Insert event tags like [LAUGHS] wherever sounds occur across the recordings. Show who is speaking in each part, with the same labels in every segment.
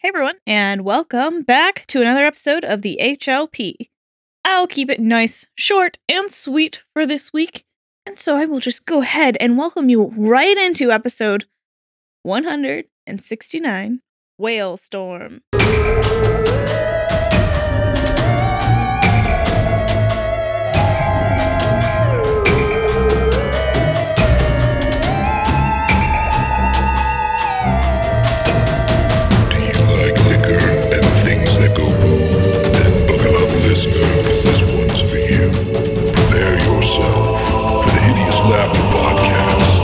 Speaker 1: Hey everyone, and welcome back to another episode of the HLP. I'll keep it nice, short, and sweet for this week, and so I will just go ahead and welcome you right into episode 169 Whale Storm.
Speaker 2: Do you like liquor and things that go boom? Then buckle up, listener, 'cause this one's for you. Prepare yourself for the Hideous Laughter Podcast.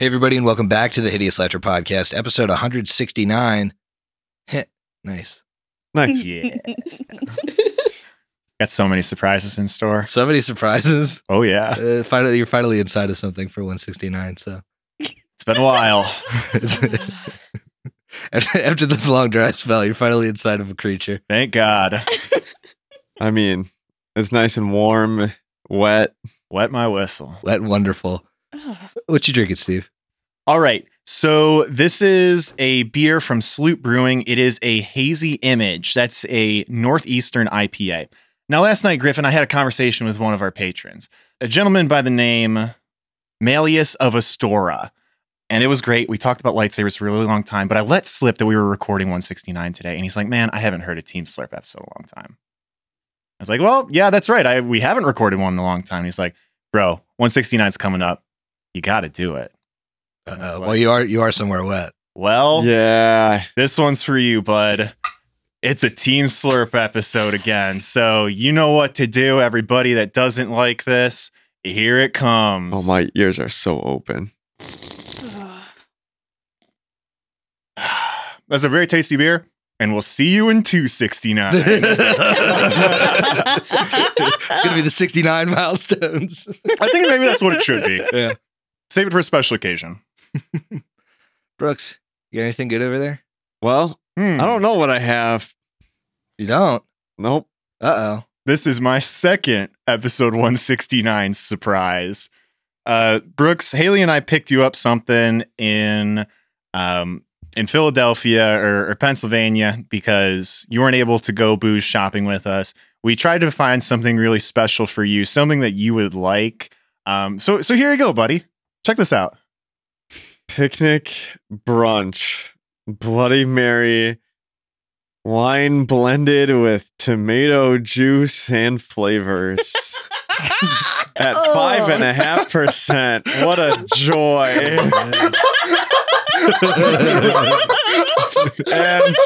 Speaker 3: Hey, everybody, and welcome back to the Hideous Laughter Podcast, episode 169. [LAUGHS] Heh, nice.
Speaker 1: [LAUGHS]
Speaker 4: Nice. [LAUGHS] yeah. Got so many surprises in store.
Speaker 3: So many surprises.
Speaker 4: Oh yeah.
Speaker 3: Uh, finally, you're finally inside of something for 169. So [LAUGHS]
Speaker 4: It's been a
Speaker 5: [LAUGHS]
Speaker 4: while.
Speaker 3: after, after this long dry spell, you're finally inside of a creature.
Speaker 4: Thank God.
Speaker 5: I mean, it's nice and warm, wet.
Speaker 4: Wet my whistle.
Speaker 3: That wonderful.
Speaker 1: Ugh.
Speaker 3: What you drinking, Steve?
Speaker 4: All right. So this is a beer from Sloop Brewing. It is a hazy image. That's a northeastern IPA. Now, last night, Griffin, I had a conversation with one of our patrons, a gentleman by the name Malleus of Astora. And it was great. We talked about lightsabers for a really long time, but I let slip that we were recording 169 today. And he's like, man, I haven't heard a Team Slurp episode in a long time. I was like, well, yeah, that's right. I, we haven't recorded one in a long time. And he's like, bro, 169's coming up. You got to do it.
Speaker 3: Uh,
Speaker 4: That's
Speaker 3: well,
Speaker 4: what-
Speaker 3: you are you are somewhere wet.
Speaker 4: Well,
Speaker 5: Yeah.
Speaker 4: this one's for you, bud. It's a team slurp episode again. So you know what to do, everybody that doesn't like this. Here it comes.
Speaker 5: Oh, my ears are so open.
Speaker 4: [SIGHS] That's a very tasty beer. And we'll see you in
Speaker 5: [LAUGHS]
Speaker 4: 269.
Speaker 3: [LAUGHS] it's gonna be the 69 milestones. [LAUGHS]
Speaker 4: I think maybe that's what it should be.
Speaker 3: Yeah.
Speaker 4: Save it for a special occasion.
Speaker 3: Brooks, you got anything good over there?
Speaker 5: Well,
Speaker 4: Hmm.
Speaker 5: I don't know what I have.
Speaker 3: You don't.
Speaker 5: Nope.
Speaker 3: Uh oh.
Speaker 4: This is my second episode 169 surprise. Uh, Brooks, Haley, and I picked you up something in um, in Philadelphia or, or Pennsylvania because you weren't able to go booze shopping with us. We tried to find something really special for you, something that you would like. Um, so, so here you go, buddy. Check this out.
Speaker 5: Picnic brunch, Bloody Mary, wine blended with tomato juice
Speaker 4: [LAUGHS]
Speaker 5: and flavors at
Speaker 1: Oh.
Speaker 5: five and a half percent. What a joy.
Speaker 4: [LAUGHS]
Speaker 5: And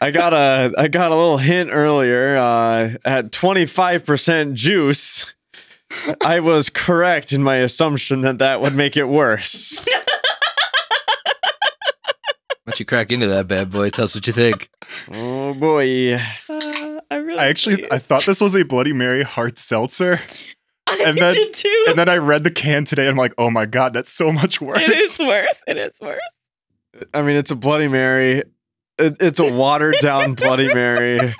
Speaker 5: I got a I got a little hint earlier uh, at 25% juice. I was correct in my assumption that that would make it worse.
Speaker 3: Why don't you crack into that bad boy? Tell us what you think.
Speaker 5: Oh boy.
Speaker 1: Uh, I really
Speaker 4: I actually I thought this was a Bloody Mary hard seltzer,
Speaker 1: I
Speaker 4: and then-
Speaker 1: did too.
Speaker 4: and then I read the can today. I'm like, oh my god, that's so much worse.
Speaker 1: it is worse. It is worse.
Speaker 5: I mean, it's a Bloody Mary. It, it's a watered down Bloody Mary.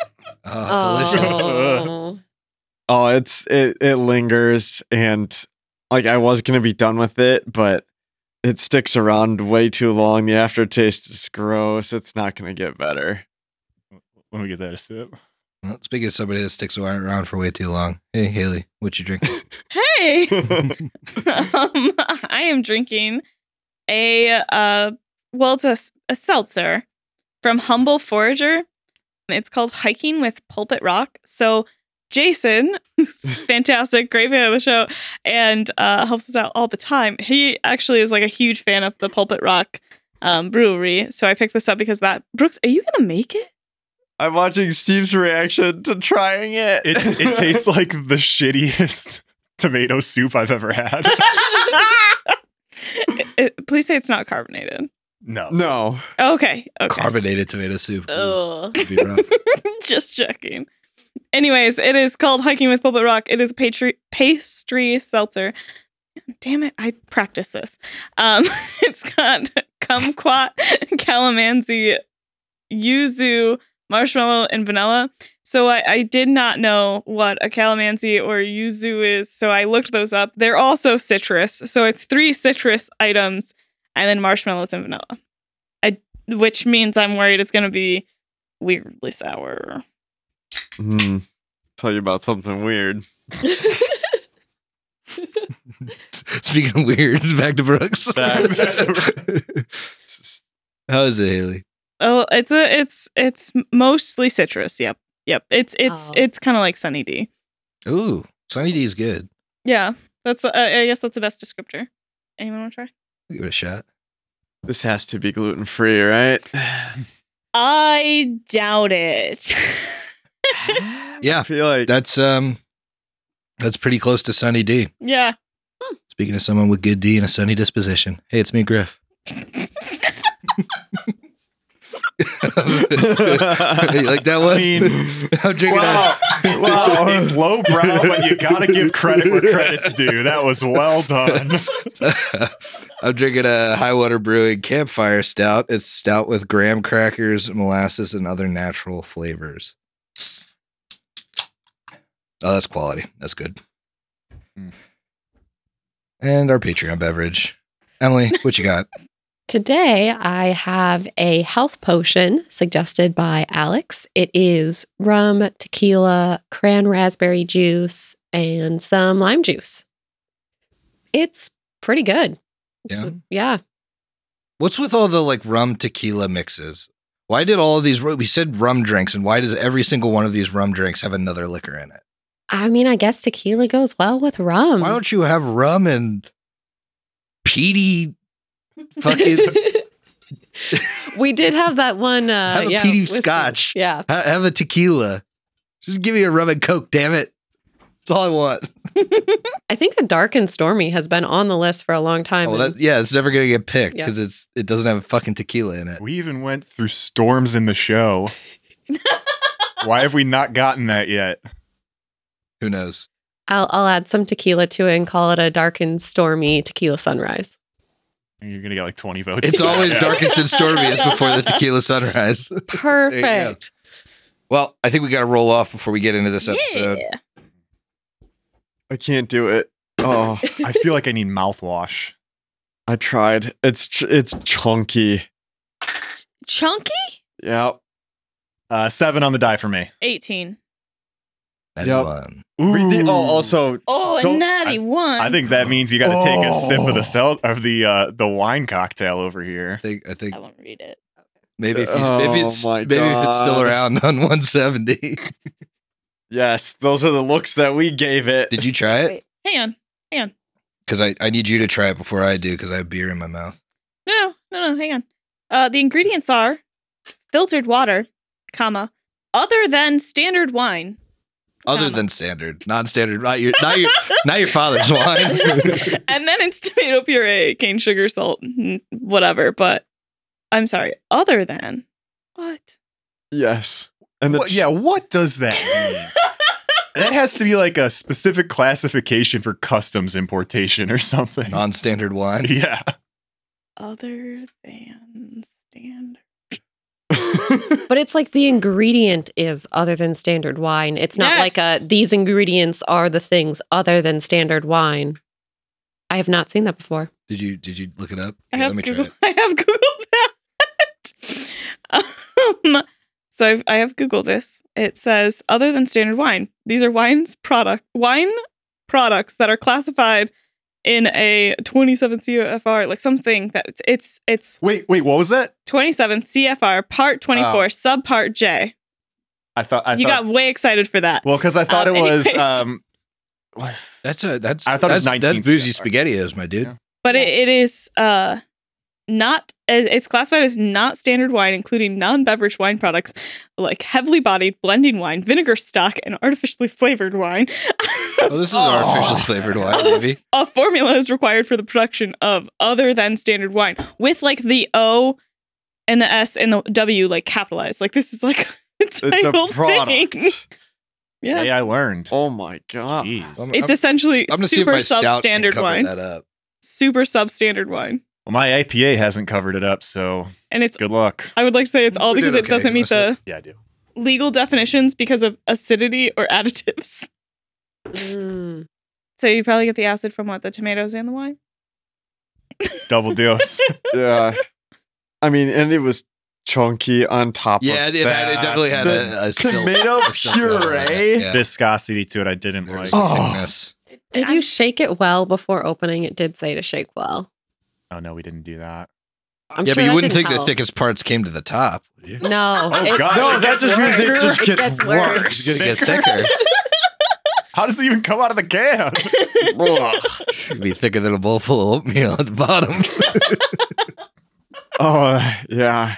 Speaker 3: Oh, delicious.
Speaker 4: Oh.
Speaker 5: Oh, it's it it lingers and like I was gonna be done with it, but it sticks around way too long. The aftertaste is gross. It's not gonna get better.
Speaker 4: Let me get that a sip.
Speaker 3: Well, speaking of somebody that sticks around for way too long, hey Haley, what you
Speaker 4: [LAUGHS]
Speaker 3: drink?
Speaker 1: Hey. um, I am drinking a uh, well, it's a, s- a seltzer from Humble Forager. It's called Hiking with Pulpit Rock. So Jason, who's fantastic, great fan of the show, and uh, helps us out all the time. He actually is like a huge fan of the Pulpit Rock um, brewery. So I picked this up because that Brooks, are you gonna make it? [LAUGHS]
Speaker 5: I'm watching Steve's reaction to trying it.
Speaker 4: It it
Speaker 5: [LAUGHS]
Speaker 4: tastes like the shittiest tomato soup I've ever had.
Speaker 1: It- it- please say it's not carbonated.
Speaker 4: No,
Speaker 5: no.
Speaker 1: Okay. Okay.
Speaker 3: Carbonated tomato soup. Ooh,
Speaker 4: Oh.
Speaker 1: Ugh.
Speaker 3: would be
Speaker 4: [LAUGHS]
Speaker 3: rough.
Speaker 1: [LAUGHS] Just checking. Anyways, it is called Hiking with Pulpit Rock. It is a patri- pastry seltzer. Damn it, I practiced [LAUGHS] this. Um, it's got kumquat, [LAUGHS] calamansi, yuzu, marshmallow, and vanilla. So I, I did not know what a calamansi or yuzu is. So I looked those up. They're also citrus. So it's three citrus items and then marshmallows and vanilla. I, which means I'm worried it's going to be weirdly sour.
Speaker 5: Hmm. Tell you about something weird.
Speaker 3: Speaking of weird, [LAUGHS] back to Brooks.
Speaker 5: Back-
Speaker 3: [LAUGHS] How is it, Haley?
Speaker 1: Oh, it's a it's it's mostly citrus. Yep, yep. It's it's
Speaker 6: Oh.
Speaker 1: it's kind of like Sunny D.
Speaker 3: Ooh, Sunny D is good.
Speaker 1: Yeah, that's uh, I guess that's the best descriptor. Anyone want to try?
Speaker 3: Give it a shot.
Speaker 5: This has to be gluten free, right? [SIGHS]
Speaker 1: I doubt it. [LAUGHS]
Speaker 5: I
Speaker 3: Yeah,
Speaker 5: feel like
Speaker 3: that's um, that's pretty close to Sunny D.
Speaker 1: yeah.
Speaker 3: Speaking of someone with good D and a sunny disposition, hey, it's me,
Speaker 4: [LAUGHS]
Speaker 3: Griff. [LAUGHS]
Speaker 5: [LAUGHS]
Speaker 3: Hey, like that [LAUGHS] one?
Speaker 4: I mean,
Speaker 3: I'm drinking
Speaker 4: wow.
Speaker 3: on-
Speaker 4: Wow. It's lowbrow, but you gotta give credit where credit's due. That was well done.
Speaker 3: [LAUGHS] I'm drinking a High Water Brewing Campfire Stout. It's stout with graham crackers, molasses, and other natural flavors. Oh, that's quality. That's good.
Speaker 4: Mm.
Speaker 3: And our Patreon beverage. Emily, what you got?
Speaker 6: Today, I have a health potion suggested by Alex. It is rum, tequila, cran raspberry juice, and some lime juice. It's pretty good. It's-
Speaker 3: Yeah.
Speaker 6: yeah.
Speaker 3: What's with all the like rum tequila mixes? Why did all of these? We said rum drinks, and why does every single one of these rum drinks have another liquor in it?
Speaker 6: I mean, I guess tequila goes well with rum.
Speaker 3: Why don't you have rum and peaty? Fucking [LAUGHS]
Speaker 6: [LAUGHS] we did have that one. Uh,
Speaker 3: Have a
Speaker 6: yeah,
Speaker 3: peaty
Speaker 6: whiskey.
Speaker 3: scotch.
Speaker 6: Yeah.
Speaker 3: ha- have a tequila. Just give me a rum and coke, damn it. That's all I want.
Speaker 6: I think a dark and stormy has been on the list for a long time.
Speaker 3: Oh,
Speaker 6: and-
Speaker 3: that, yeah, it's never gonna get picked
Speaker 6: Yeah.
Speaker 3: because it's it doesn't have fucking tequila in it.
Speaker 4: We even [LAUGHS] went through storms in the show. Why have we not gotten that yet?
Speaker 3: Who knows?
Speaker 6: I'll, I'll add some tequila to it and call it a dark and stormy tequila sunrise.
Speaker 4: You're gonna get like 20 votes.
Speaker 3: It's
Speaker 4: for that.
Speaker 3: always darkest and [LAUGHS] stormiest before the tequila sunrise. [LAUGHS]
Speaker 6: Perfect.
Speaker 3: Well, I think we gotta roll off before we get into this episode.
Speaker 1: Yeah.
Speaker 5: I can't do it. Oh,
Speaker 3: [LAUGHS]
Speaker 4: I feel like I need mouthwash.
Speaker 5: I tried. It's ch- it's chunky.
Speaker 1: Chunky.
Speaker 5: Yep.
Speaker 4: Uh, seven on the die for me.
Speaker 1: Eighteen.
Speaker 3: That
Speaker 5: Yep.
Speaker 3: one.
Speaker 5: Rede-
Speaker 4: Ooh.
Speaker 5: oh, also
Speaker 1: Oh, a
Speaker 5: Don't-
Speaker 1: natty
Speaker 4: I-
Speaker 1: one.
Speaker 4: I think that means you got to take a sip of
Speaker 5: Oh.
Speaker 4: the cel- of the uh, the wine cocktail over
Speaker 3: I
Speaker 4: here.
Speaker 3: think I think
Speaker 1: I won't read it.
Speaker 3: maybe if he's, maybe
Speaker 5: Oh
Speaker 3: it's
Speaker 5: my
Speaker 3: maybe if it's still
Speaker 5: God.
Speaker 3: around on 170.
Speaker 5: yes. Those are the looks that we gave it.
Speaker 3: Did you try it? [LAUGHS]
Speaker 6: Wait.
Speaker 1: Hang on.
Speaker 3: Because I, I need you to try it before I do because I have beer in my mouth.
Speaker 1: No, no, no. Hang on. Uh, the ingredients are filtered water, comma, other than standard wine.
Speaker 3: Other
Speaker 1: Comma.
Speaker 3: than standard, non-standard, not your not your not
Speaker 1: [LAUGHS]
Speaker 3: your father's wine.
Speaker 1: and then it's tomato puree, cane sugar, salt, mm, whatever. But I'm sorry. Other than what?
Speaker 5: Yes. And the
Speaker 4: What-
Speaker 5: ch-
Speaker 4: yeah, what does that mean?
Speaker 3: Mm.
Speaker 4: that has to be like a specific classification for customs importation or something.
Speaker 3: non-standard wine.
Speaker 4: [LAUGHS] yeah.
Speaker 1: [LAUGHS] Other than standard.
Speaker 6: But it's like the ingredient is other than standard wine. It's not
Speaker 1: Yes.
Speaker 6: like a these ingredients are the things other than standard wine. I have not seen that before.
Speaker 3: Did you did you look it up?
Speaker 1: I
Speaker 3: Here,
Speaker 1: have Google. [LAUGHS] I have Googled that. [LAUGHS] um, so I've, I have Googled this. It says other than standard wine. These are wines product wine products that are classified in a 27 CFR, like something that it's it's, it's
Speaker 4: Wait, wait, what was that?
Speaker 1: 27 CFR Part
Speaker 3: Oh.
Speaker 1: 24, Subpart J.
Speaker 4: I thought I
Speaker 1: you
Speaker 4: thought.
Speaker 1: got way excited for that.
Speaker 4: well, because I thought
Speaker 1: Um,
Speaker 4: it was.
Speaker 1: anyways. [LAUGHS]
Speaker 4: Um,
Speaker 3: That's a that's
Speaker 4: I thought it
Speaker 3: that's,
Speaker 4: was 19
Speaker 3: that's boozy
Speaker 4: CFR.
Speaker 3: spaghettios, my dude.
Speaker 4: Yeah.
Speaker 1: But it, it is uh not as- it's classified as not standard wine, including non-beverage wine products like heavily bodied blending wine, vinegar stock, and artificially flavored wine. [LAUGHS]
Speaker 3: Oh, this is artificially flavored wine, maybe.
Speaker 1: a formula is required for the production of other than standard wine, with like the O and the S and the W like capitalized. Like this is like [LAUGHS] a
Speaker 5: it's a
Speaker 1: title
Speaker 5: product.
Speaker 1: thing. [LAUGHS] Yeah.
Speaker 4: Hey, I learned.
Speaker 5: Oh my god.
Speaker 4: Jeez.
Speaker 3: I'm-
Speaker 1: It's essentially
Speaker 3: I'm gonna see if
Speaker 1: super
Speaker 3: my stout can
Speaker 1: substandard
Speaker 3: cover
Speaker 1: wine.
Speaker 3: that up.
Speaker 1: Super substandard wine.
Speaker 4: Well, my IPA hasn't covered it up, so
Speaker 1: And it's,
Speaker 4: good luck.
Speaker 1: I would like to say it's all
Speaker 3: We did
Speaker 1: because it
Speaker 3: okay,
Speaker 1: doesn't meet the
Speaker 3: mostly.
Speaker 4: Yeah, I do.
Speaker 1: legal definitions because of acidity or [LAUGHS] additives.
Speaker 6: Mm.
Speaker 1: So you probably get the acid from what? The tomatoes and the [LAUGHS] wine?
Speaker 4: Double
Speaker 1: [LAUGHS]
Speaker 4: dose.
Speaker 5: Yeah. I mean, and it was chunky on top
Speaker 3: Yeah,
Speaker 5: of
Speaker 3: it, it, had- it
Speaker 5: that.
Speaker 3: definitely had
Speaker 5: The
Speaker 3: a, a silk-
Speaker 5: tomato
Speaker 3: a silk color in it.
Speaker 4: eh?
Speaker 5: puree.
Speaker 3: Yeah.
Speaker 4: Viscosity to it, I didn't
Speaker 3: There
Speaker 4: like.
Speaker 3: was a
Speaker 5: Oh.
Speaker 3: thickness.
Speaker 6: Did you shake it well before opening? It did say to shake well.
Speaker 4: Oh no, we didn't do that.
Speaker 6: I'm
Speaker 3: yeah,
Speaker 6: sure
Speaker 3: but you
Speaker 6: that
Speaker 3: wouldn't
Speaker 6: didn't
Speaker 3: think the
Speaker 6: help.
Speaker 3: thickest parts came to the top. would you?
Speaker 6: [LAUGHS] No.
Speaker 4: Oh, God.
Speaker 5: No,
Speaker 4: It
Speaker 5: that
Speaker 4: gets
Speaker 5: just means it
Speaker 6: worse.
Speaker 5: just
Speaker 6: It
Speaker 5: gets,
Speaker 6: gets worse.
Speaker 5: worse.
Speaker 3: It's gonna get thicker.
Speaker 4: How does it even come out of the can?
Speaker 5: Ugh.
Speaker 3: It'd be thicker than a bowl full of oatmeal at the bottom. [LAUGHS]
Speaker 5: oh, yeah.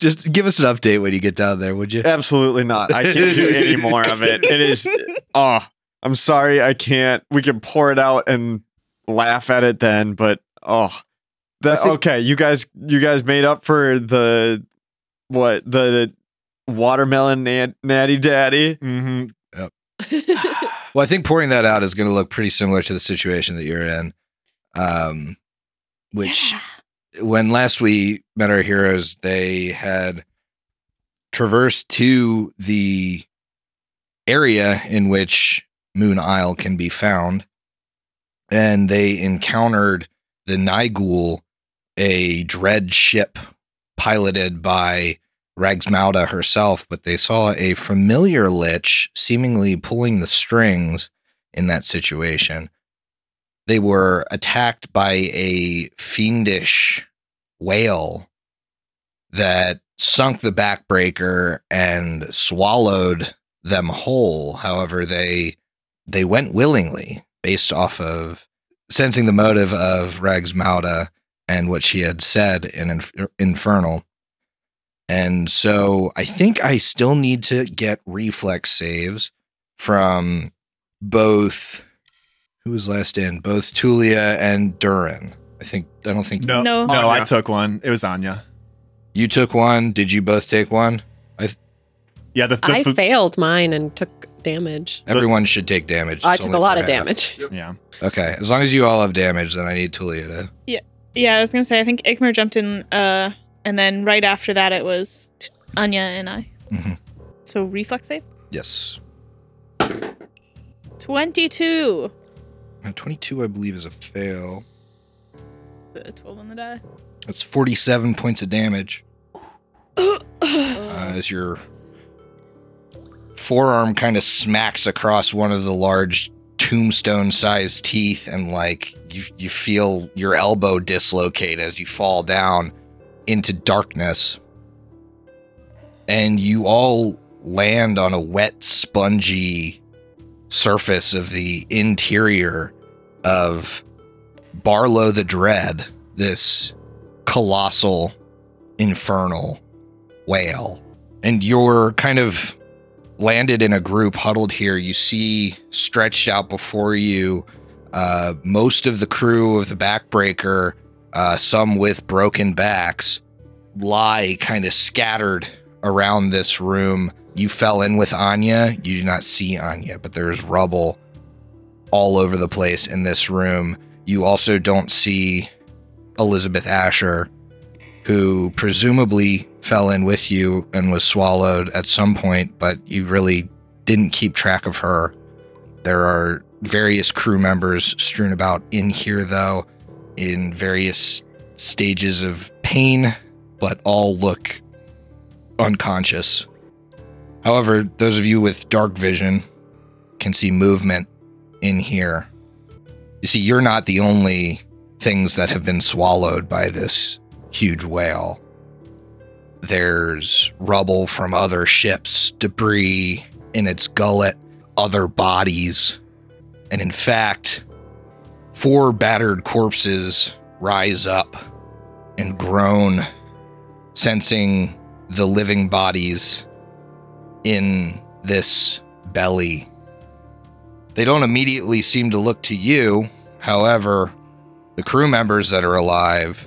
Speaker 3: Just give us an update when you get down there, would you?
Speaker 5: Absolutely not. I
Speaker 3: [LAUGHS]
Speaker 5: can't do any more of it. It is, oh, I'm sorry. I can't. We can pour it out and laugh at it then, but oh, that,
Speaker 3: I think-
Speaker 5: okay. You guys, you guys made up for the, what, the watermelon nat- natty daddy.
Speaker 4: [LAUGHS] mm-hmm.
Speaker 3: [LAUGHS] Well, I think pouring that out is going to look pretty similar to the situation that you're in, um, which when last we met our heroes, they had traversed to the area in which Moon Isle can be found, and they encountered the Nigul, a dread ship piloted by Ragsmauda herself, but they saw a familiar lich seemingly pulling the strings in that situation. They were attacked by a fiendish whale that sunk the backbreaker and swallowed them whole. However, they they went willingly based off of sensing the motive of Ragsmauda and what she had said in Inf- Infernal. And so I think I still need to get reflex saves from both who was last in? Both Tulia and Durin. I think I don't think
Speaker 4: No,
Speaker 1: No.
Speaker 4: no,
Speaker 5: Anya.
Speaker 4: I took one. It was Anya.
Speaker 3: you took one. Did you both take one?
Speaker 4: Yeah, the, the,
Speaker 6: [LAUGHS] I
Speaker 4: the-
Speaker 6: failed mine and took damage.
Speaker 3: Everyone should take damage.
Speaker 6: I
Speaker 3: It's
Speaker 6: took
Speaker 3: only
Speaker 6: a lot
Speaker 3: for
Speaker 6: of
Speaker 3: half.
Speaker 6: damage.
Speaker 4: yeah.
Speaker 3: Okay. As long as you all have damage, then I need Tulia to
Speaker 1: Yeah, I was gonna say I think Ikmer jumped in, uh, and then right after that it was t- Anya and I.
Speaker 3: Mhm.
Speaker 1: So reflex save
Speaker 3: Yes.
Speaker 1: twenty-two.
Speaker 3: Uh, Twenty-two I believe is a fail.
Speaker 1: The twelve on the die.
Speaker 3: That's forty-seven points of damage. uh, as your forearm kind of smacks across one of the large tombstone-sized teeth, and like you, you feel your elbow dislocate as you fall down into darkness, and you all land on a wet, spongy surface of the interior of Barlow the Dread. This colossal, infernal whale. And you're kind of landed in a group huddled here. You see stretched out before you uh, most of the crew of the backbreaker, uh, some with broken backs, lie kind of scattered around this room. You fell in with Anya. You do not see Anya, but there's rubble all over the place in this room. You also don't see Elizabeth Asher who presumably fell in with you and was swallowed at some point, but you really didn't keep track of her. There are various crew members strewn about in here, though, in various stages of pain, but all look unconscious. However, those of you with dark vision can see movement in here. You see, you're not the only things that have been swallowed by this huge whale. There's rubble from other ships, debris in its gullet, other bodies. And in fact, four battered corpses rise up and groan, sensing the living bodies in this belly. They don't immediately seem to look to you. However, the crew members that are alive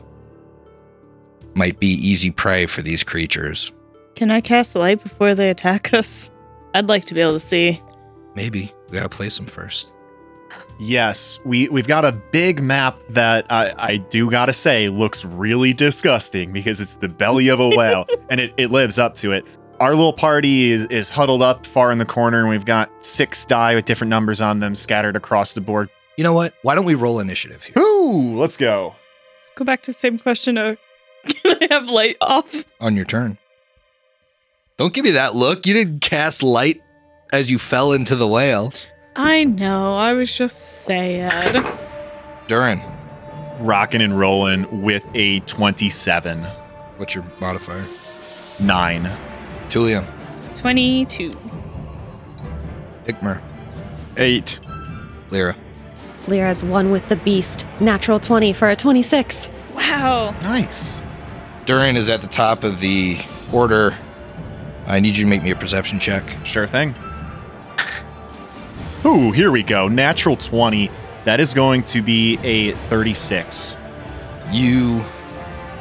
Speaker 3: might be easy prey for these creatures.
Speaker 1: Can I cast light before they attack us? I'd like to be able to see.
Speaker 3: Maybe. We gotta place them first.
Speaker 4: Yes, we we've got a big map that I, I do gotta say looks really disgusting because it's the belly of a whale and it, it lives up to it. Our little party is, is huddled up far in the corner and we've got six die with different numbers on them scattered across the board.
Speaker 3: You know what? Why don't we roll initiative here?
Speaker 4: Ooh, let's go.
Speaker 1: Go back to the same question of [LAUGHS] can I have light off?
Speaker 3: on your turn. Don't give me that look. You didn't cast light as you fell into the whale.
Speaker 1: I know, I was just sad.
Speaker 3: Durin,
Speaker 4: Rocking and rolling with a 27.
Speaker 3: what's your modifier?
Speaker 4: Nine.
Speaker 3: Tulia,
Speaker 1: 22.
Speaker 3: Ikmer,
Speaker 5: Eight.
Speaker 3: Lyra.
Speaker 6: Lyra's one with the beast. Natural 20 for a 26.
Speaker 1: Wow.
Speaker 4: Nice.
Speaker 3: Durin is at the top of the order. I need you to make me a perception check.
Speaker 4: Sure thing. Ooh, here we go. Natural 20. That is going to be a 36.
Speaker 3: you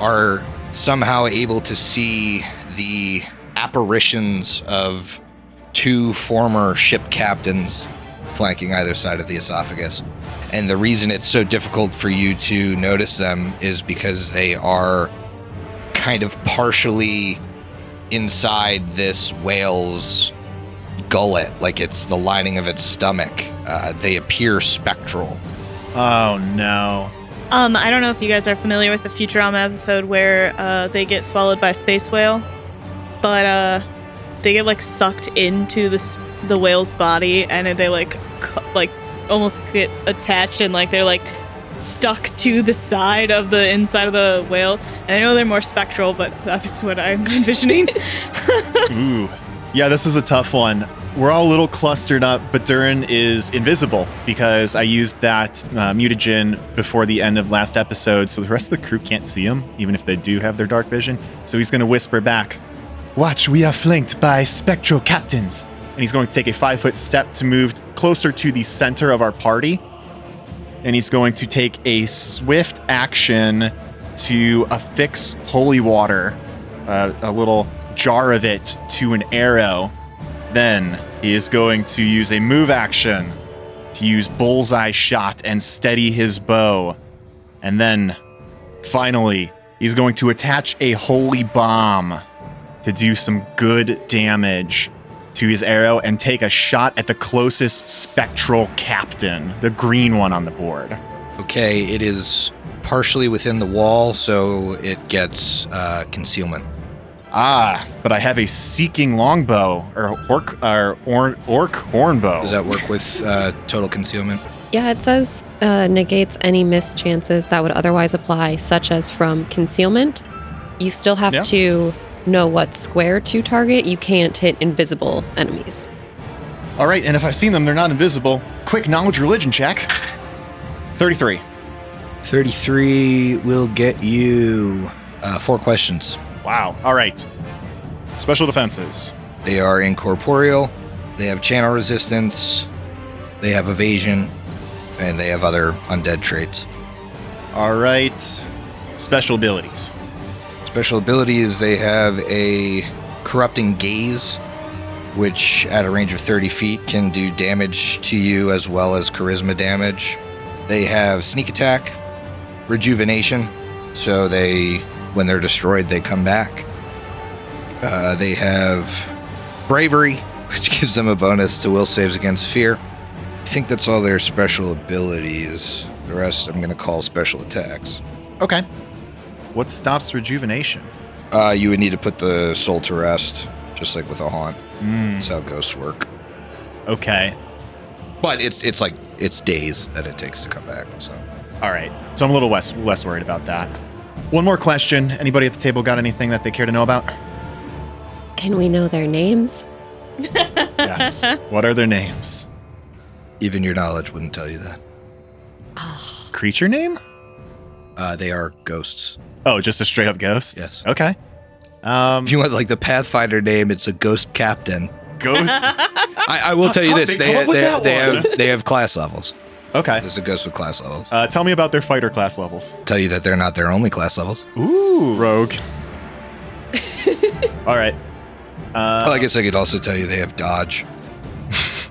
Speaker 3: are somehow able to see the apparitions of two former ship captains flanking either side of the esophagus. And the reason it's so difficult for you to notice them is because they are kind of partially inside this whale's gullet, like it's the lining of its stomach. Uh, they appear spectral.
Speaker 4: Oh, no.
Speaker 1: Um, I don't know if you guys are familiar with the Futurama episode where uh, they get swallowed by a space whale, but uh, they get like sucked into this the whale's body, and then they like cu- like almost get attached and like they're like stuck to the side of the inside of the whale. And I know they're more spectral, but that's just what I'm [LAUGHS]
Speaker 3: [LAUGHS]
Speaker 1: envisioning.
Speaker 4: Ooh. Yeah, this is a tough one. We're all a little clustered up, but Durin is invisible because I used that uh, mutagen before the end of last episode, so the rest of the crew can't see him, even if they do have their dark vision. So he's going to whisper back, Watch, we are flanked by spectral captains. And he's going to take a five foot step to move closer to the center of our party. And he's going to take a swift action to affix holy water uh, a little jar of it to an arrow. Then he is going to use a move action to use bullseye shot and steady his bow. And then finally, he's going to attach a holy bomb to do some good damage to his arrow and take a shot at the closest spectral captain, the green one on the board.
Speaker 3: Okay, it is partially within the wall, so it gets uh, concealment.
Speaker 4: Ah, but I have a seeking longbow or orc or orc, orc hornbow.
Speaker 3: Does that work with uh, total concealment?
Speaker 6: Yeah, it says uh, negates any missed chances that would otherwise apply, such as from concealment. You still have
Speaker 4: Yeah.
Speaker 6: to know what square to target. You can't hit invisible enemies.
Speaker 4: All right, and if I've seen them, they're not invisible. Quick knowledge religion check. 33.
Speaker 3: 33 will get you uh, four questions.
Speaker 4: Wow. All right. Special defenses.
Speaker 3: They are incorporeal, they have channel resistance, they have evasion, and they have other undead traits.
Speaker 4: All right. Special abilities.
Speaker 3: Special ability is they have a corrupting gaze, which at a range of 30 feet can do damage to you as well as charisma damage. They have sneak attack, rejuvenation, so they, when they're destroyed, they come back. Uh, they have bravery, [LAUGHS] which gives them a bonus to will saves against fear. I think that's all their special abilities. The rest I'm going to call special attacks.
Speaker 4: Okay. What stops rejuvenation?
Speaker 3: Uh, you would need to put the soul to rest, just like with a haunt.
Speaker 4: Hmm.
Speaker 3: That's how ghosts work.
Speaker 4: Okay.
Speaker 3: But it's it's like it's days that it takes to come back. So
Speaker 4: All right. So I'm a little less less worried about that. One more question. Anybody at the table got anything that they care to know about?
Speaker 6: Can we know their names?
Speaker 4: yes. What are their names?
Speaker 3: even your knowledge wouldn't tell you that.
Speaker 4: Creature name?
Speaker 3: Uh, they are ghosts.
Speaker 4: Oh, just a straight up ghost.
Speaker 3: Yes.
Speaker 4: Okay. Um,
Speaker 3: If you want like the Pathfinder name, it's a ghost captain.
Speaker 4: ghost.
Speaker 3: I, I will tell you
Speaker 4: How'd
Speaker 3: this: they
Speaker 4: they come up with
Speaker 3: they,
Speaker 4: that
Speaker 3: they
Speaker 4: one?
Speaker 3: have they have class levels.
Speaker 4: Okay.
Speaker 3: There's a ghost with class levels.
Speaker 4: Uh, tell me about their fighter class levels.
Speaker 3: Tell you that they're not their only class levels.
Speaker 4: Ooh, rogue. All right. Uh,
Speaker 3: oh, I guess I could also tell you they have dodge,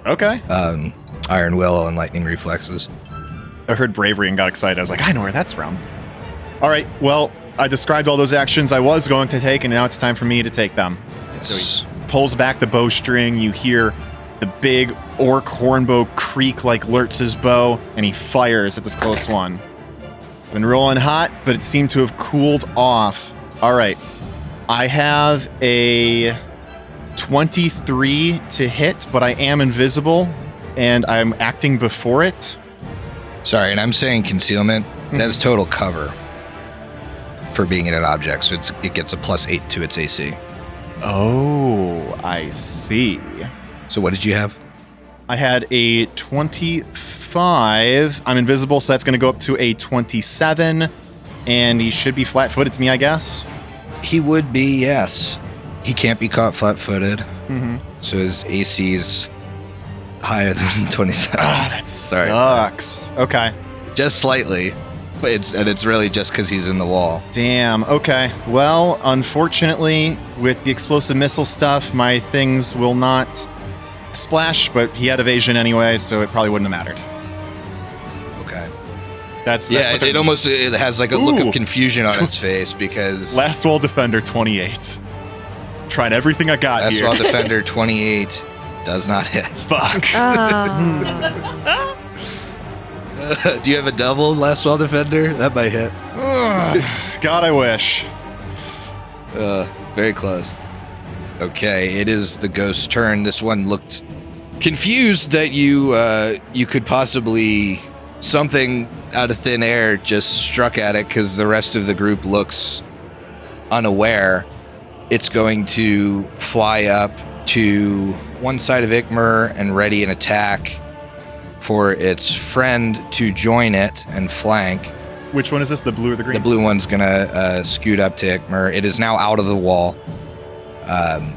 Speaker 4: okay.
Speaker 3: Uh. um, iron will, and lightning reflexes.
Speaker 4: I heard bravery and got excited. I was like, I know where that's from. All right. Well, I described all those actions I was going to take, and now it's time for me to take them. So he
Speaker 3: It's-
Speaker 4: pulls back the bowstring. You hear the big orc hornbow creak like Lurtz's bow, and he fires at this close one. Been rolling hot, but it seemed to have cooled off. All right. I have a 23 to hit, but I am invisible, and I'm acting before it.
Speaker 3: Sorry, and I'm saying concealment. That's total cover for being in an object, so it's, it gets a plus eight to its AC.
Speaker 4: Oh, I see.
Speaker 3: So what did you have?
Speaker 4: I had a 25. I'm invisible, so that's going to go up to a 27. And he should be flat footed to me, I guess.
Speaker 3: He would be yes. He can't be caught flat-footed,
Speaker 4: Mm-hmm.
Speaker 3: so his AC is higher [LAUGHS] than twenty-seven,
Speaker 4: Ah, that
Speaker 3: Sorry.
Speaker 4: sucks. Okay.
Speaker 3: just slightly. But it's and it's really just because he's in the wall.
Speaker 4: Damn. Okay. Well, unfortunately, with the explosive missile stuff, my things will not splash, but he had evasion anyway, so it probably wouldn't have mattered.
Speaker 3: Okay.
Speaker 4: That's, that's
Speaker 3: yeah,
Speaker 4: what's
Speaker 3: it, it
Speaker 4: our-
Speaker 3: almost it has like a look
Speaker 4: Ooh.
Speaker 3: of confusion on [LAUGHS] its face because
Speaker 4: Last Wall Defender 28. Tried everything I got
Speaker 3: Last [LAUGHS]
Speaker 4: here. [LAUGHS]
Speaker 3: Wall Defender 28 does not hit. [LAUGHS]
Speaker 4: Fuck.
Speaker 1: [LAUGHS]
Speaker 6: Ah.
Speaker 3: Do you have a double Last Wall Defender? That might hit.
Speaker 4: God, I wish.
Speaker 3: Uh, very close. Okay, it is the ghost's turn. This one looked confused that you uh, you could possibly something out of thin air just struck at it because the rest of the group looks unaware. It's going to fly up to one side of Ikmer and ready an attack for its friend to join it and flank.
Speaker 4: Which one is this? The blue or the green?
Speaker 3: The blue one's gonna uh, scoot up to Ikmer. It is now out of the wall, um,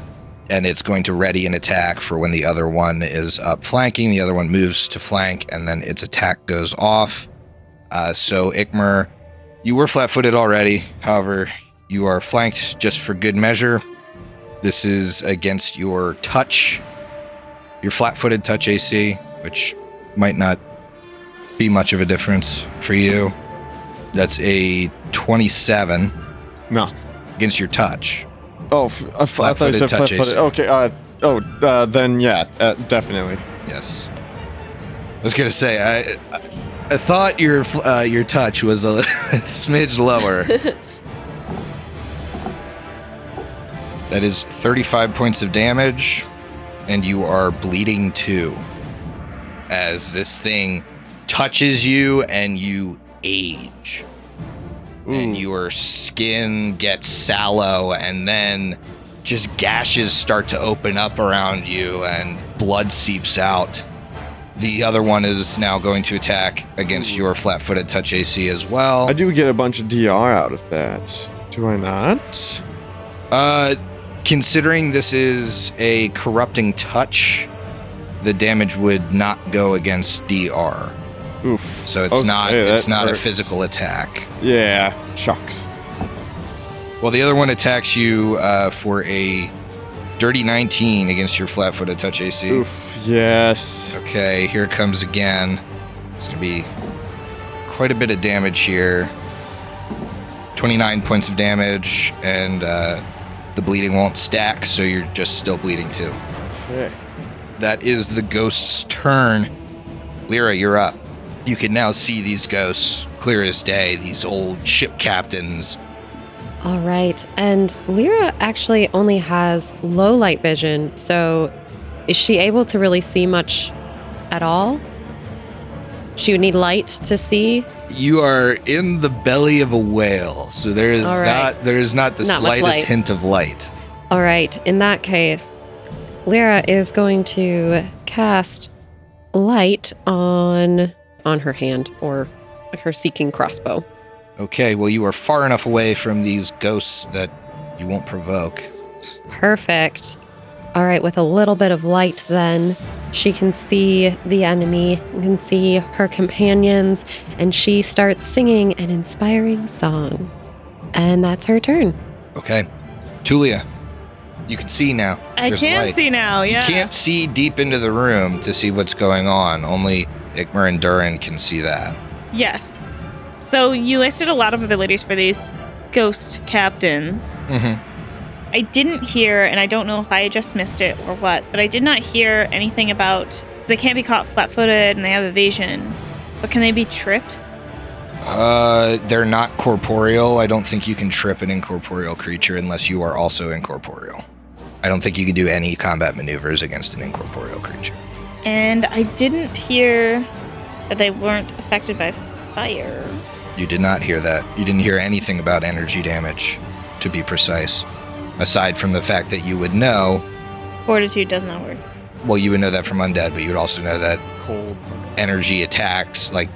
Speaker 3: and it's going to ready an attack for when the other one is up flanking. The other one moves to flank, and then its attack goes off. Uh, so Ikmer, you were flat-footed already. However, you are flanked just for good measure. This is against your touch, your flat-footed touch AC, which might not be much of a difference for you. That's a 27
Speaker 5: No.
Speaker 3: against your touch.
Speaker 5: Oh, f- I f- I thought you
Speaker 3: Flat-footed
Speaker 5: said
Speaker 3: touch
Speaker 5: flat-footed.
Speaker 3: AC.
Speaker 5: Okay. Uh, oh, uh, then yeah, uh, definitely.
Speaker 3: Yes. I was gonna say I, I, I thought your fl- uh, your touch was a [LAUGHS] smidge lower. that is 35 points of damage, and you are bleeding too. As this thing touches you and you age. and your skin gets sallow and then just gashes start to open up around you and blood seeps out. The other one is now going to attack against your flat-footed touch AC as well.
Speaker 5: I do get a bunch of DR out of that. Do I not?
Speaker 3: Uh, considering this is a corrupting touch, the damage would not go against DR.
Speaker 5: Oof.
Speaker 3: So it's
Speaker 5: Okay,
Speaker 3: not it's
Speaker 5: that
Speaker 3: not a
Speaker 5: hurts.
Speaker 3: physical attack.
Speaker 5: Yeah. Shucks.
Speaker 3: Well, the other one attacks you uh, for a dirty 19 against your flat-footed touch AC.
Speaker 5: Oof. Yes.
Speaker 3: Okay, here it comes again. It's gonna be quite a bit of damage here. 29 points of damage, and uh, the bleeding won't stack, so you're just still bleeding too.
Speaker 5: Okay.
Speaker 3: That is the ghost's turn. Lyra, you're up. You can now see these ghosts clear as day, these old ship captains.
Speaker 6: All right. And Lyra actually only has low light vision. So is she able to really see much at all? She would need light to see.
Speaker 3: You are in the belly of a whale, so there is
Speaker 6: All right.
Speaker 3: not there is not the
Speaker 6: Not much
Speaker 3: slightest
Speaker 6: light.
Speaker 3: hint of light.
Speaker 6: All right. In that case, Lyra is going to cast light on on her hand or her seeking crossbow.
Speaker 3: Okay, well, you are far enough away from these ghosts that you won't provoke.
Speaker 6: Perfect. All right, with a little bit of light, then she can see the enemy, and can see her companions, and she starts singing an inspiring song. And that's her turn.
Speaker 3: Okay. Tulia, you can see now.
Speaker 1: I
Speaker 3: There's
Speaker 1: can
Speaker 3: light.
Speaker 1: see now. Yeah.
Speaker 3: You can't see deep into the room to see what's going on. Only Ikmer and Durin can see that.
Speaker 1: Yes. So you listed a lot of abilities for these ghost captains.
Speaker 3: Mm-hmm.
Speaker 1: I didn't hear, and I don't know if I just missed it or what, but I did not hear anything about because they can't be caught flat-footed and they have evasion, but can they be tripped?
Speaker 3: Uh, they're not corporeal. I don't think you can trip an incorporeal creature unless you are also incorporeal. I don't think you can do any combat maneuvers against an incorporeal creature.
Speaker 1: And I didn't hear that they weren't affected by fire.
Speaker 3: You did not hear that. You didn't hear anything about energy damage, to be precise. Aside from the fact that you would know,
Speaker 1: Fortitude does not work.
Speaker 3: well, you would know that from undead, but you would also know that
Speaker 5: Cold.
Speaker 3: energy attacks, like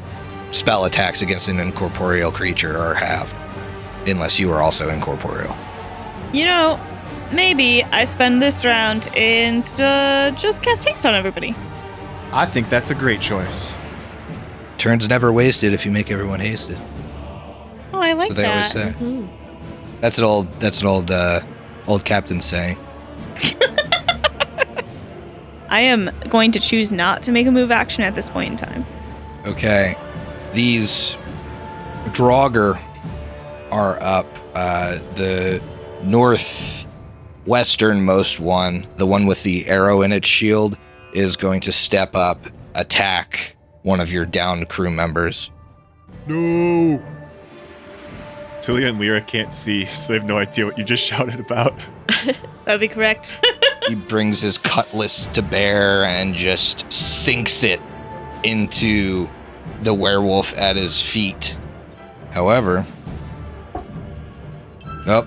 Speaker 3: spell attacks against an incorporeal creature, are halved, unless you are also incorporeal.
Speaker 1: You know, maybe I spend this round and uh, just cast haste on everybody.
Speaker 4: I think that's a great choice.
Speaker 3: Turns never wasted if you make everyone hasted.
Speaker 1: Oh, I like
Speaker 3: so they
Speaker 1: that. Mm-hmm.
Speaker 3: always say. That's an old. That's an old. Uh, old captain saying.
Speaker 1: I am going to choose not to make a move action at this point in time.
Speaker 3: Okay, these Draugr are up. Uh, the northwesternmost one, the one with the arrow in its shield, is going to step up, attack one of your downed crew members.
Speaker 4: No. Tulia and Lyra can't see, so they have no idea what you just [LAUGHS] shouted about.
Speaker 1: That would be correct. [LAUGHS]
Speaker 3: he brings his cutlass to bear and just sinks it into the werewolf at his feet. However, oh,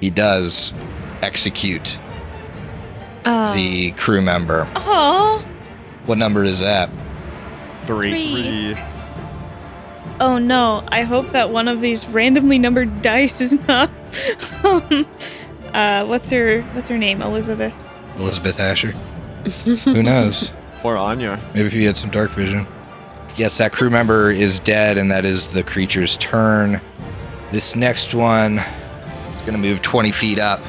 Speaker 3: he does execute
Speaker 6: Uh,
Speaker 3: the crew member.
Speaker 1: oh,
Speaker 3: What number is that?
Speaker 4: Three.
Speaker 5: Three.
Speaker 1: oh no! I hope that one of these randomly numbered [LAUGHS] dice is not. um, uh, what's her What's her name? Elizabeth.
Speaker 3: Elizabeth Asher. Who knows?
Speaker 5: Poor Anya.
Speaker 3: Maybe if you had some dark vision. Yes, that crew member is dead, and that is the creature's turn. This next one is going to move 20 feet up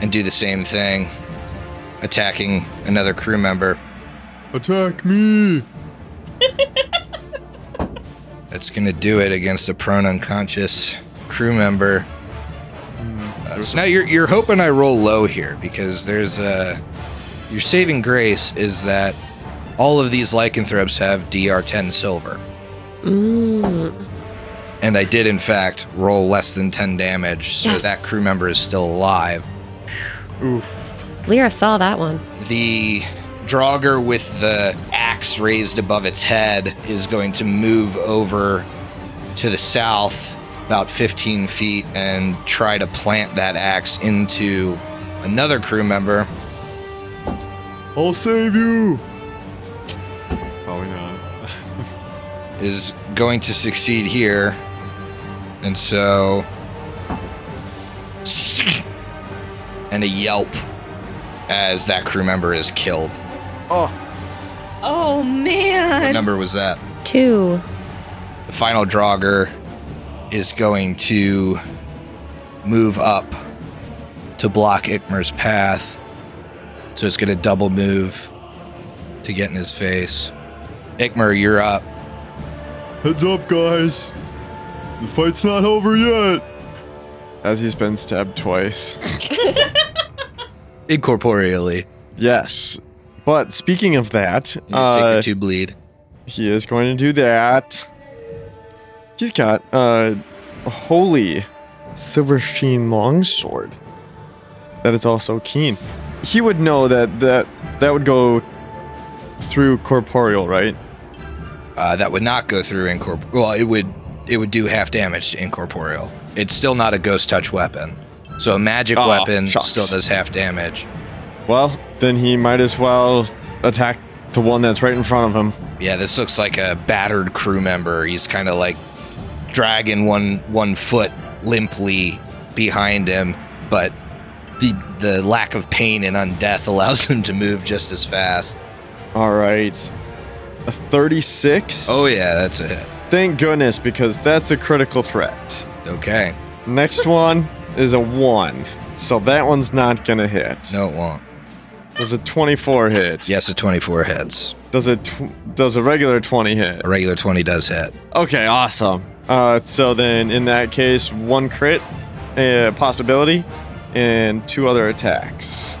Speaker 3: and do the same thing, attacking another crew member.
Speaker 5: Attack me.
Speaker 3: That's going to do it against a prone unconscious crew member. Uh, so now you're, you're hoping I roll low here because there's a. Your saving grace is that all of these lycanthropes have DR 10 silver.
Speaker 6: mm,
Speaker 3: And I did, in fact, roll less than 10 damage, so
Speaker 6: Yes.
Speaker 3: that crew member is still alive.
Speaker 6: Lyra saw that one.
Speaker 3: The Draugr with the axe raised above its head is going to move over to the south about 15 feet and try to plant that axe into another crew member.
Speaker 5: I'll save you. Probably not.
Speaker 3: Is going to succeed here. And so. And a yelp as that crew member is killed.
Speaker 5: Oh,
Speaker 1: Oh
Speaker 3: What
Speaker 1: man!
Speaker 3: number was that?
Speaker 6: Two.
Speaker 3: The final Draugr is going to move up to block Ikmer's path. So it's going to double move to get in his face. Ikmer, you're up.
Speaker 5: heads up, guys. The fight's not over yet. As he's been stabbed twice.
Speaker 3: Incorporeally.
Speaker 5: yes. But speaking of that,
Speaker 3: You take
Speaker 5: uh,
Speaker 3: your two bleed.
Speaker 5: he is going to do that. He's got uh, a holy silver sheen longsword that is also keen. He would know that that, that would go through corporeal, right?
Speaker 3: Uh, that would not go through incorp. Well, it would. It would do half damage to incorporeal. It's still not a ghost touch weapon. So a magic
Speaker 5: Aw,
Speaker 3: weapon
Speaker 5: shucks.
Speaker 3: still does half damage.
Speaker 5: Well, then he might as well attack the one that's right in front of him.
Speaker 3: Yeah, this looks like a battered crew member. He's kind of like dragging one one foot limply behind him, but the the lack of pain and undeath [LAUGHS] allows him to move just as fast.
Speaker 5: All right. A 36.
Speaker 3: Oh yeah, that's a hit.
Speaker 5: thank goodness, because that's a critical threat.
Speaker 3: Okay, [LAUGHS]
Speaker 5: Next one is a 1. So that one's not going to hit.
Speaker 3: no, it won't.
Speaker 5: Does a 24 hit?
Speaker 3: Yes, a 24 hits.
Speaker 5: Does a tw- does a regular 20 hit?
Speaker 3: A regular 20 does hit.
Speaker 5: Okay, awesome. Uh, so then in that case, one crit uh, possibility and two other attacks.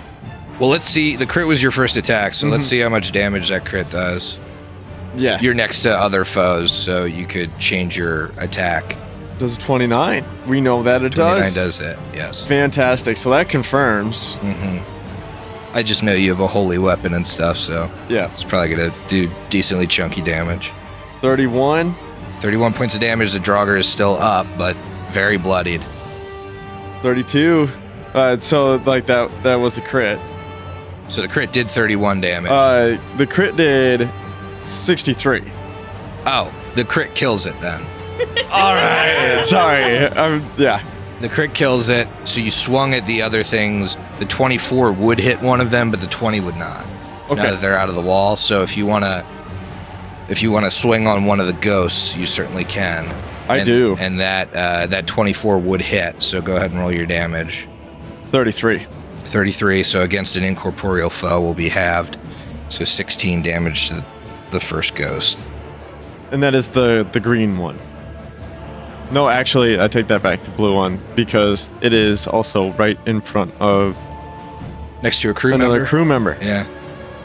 Speaker 3: Well, let's see. The crit was your first attack, so let's see how much damage that crit does.
Speaker 5: Yeah.
Speaker 3: You're next to other foes, so you could change your attack.
Speaker 5: Does a 29. We know that it
Speaker 3: 29
Speaker 5: does.
Speaker 3: does, it, yes.
Speaker 5: Fantastic. So that confirms.
Speaker 3: hmm I just know you have a holy weapon and stuff, so
Speaker 5: Yeah.
Speaker 3: it's probably going to do decently chunky damage.
Speaker 5: 31.
Speaker 3: 31 points of damage. The Draugr is still up, but very bloodied.
Speaker 5: 32. Uh, so like that that was the crit.
Speaker 3: So the crit did 31 damage.
Speaker 5: Uh, the crit did 63.
Speaker 3: oh, the crit kills it then.
Speaker 5: All right. Sorry. Um, yeah.
Speaker 3: The crit kills it, so you swung at the other things. The 24 would hit one of them, but the 20 would not.
Speaker 5: Okay.
Speaker 3: Now that they're out of the wall, so if you want to if you want to swing on one of the ghosts, you certainly can.
Speaker 5: I
Speaker 3: And-
Speaker 5: do.
Speaker 3: And that uh, that 24 would hit, so go ahead and roll your damage.
Speaker 5: 33.
Speaker 3: 33, so against an incorporeal foe will be halved. So 16 damage to the first ghost.
Speaker 5: And that is the the green one. No, actually, I take that back. The blue one because it is also right in front of
Speaker 3: Next to a crew
Speaker 5: another
Speaker 3: member.
Speaker 5: crew member.
Speaker 3: Yeah.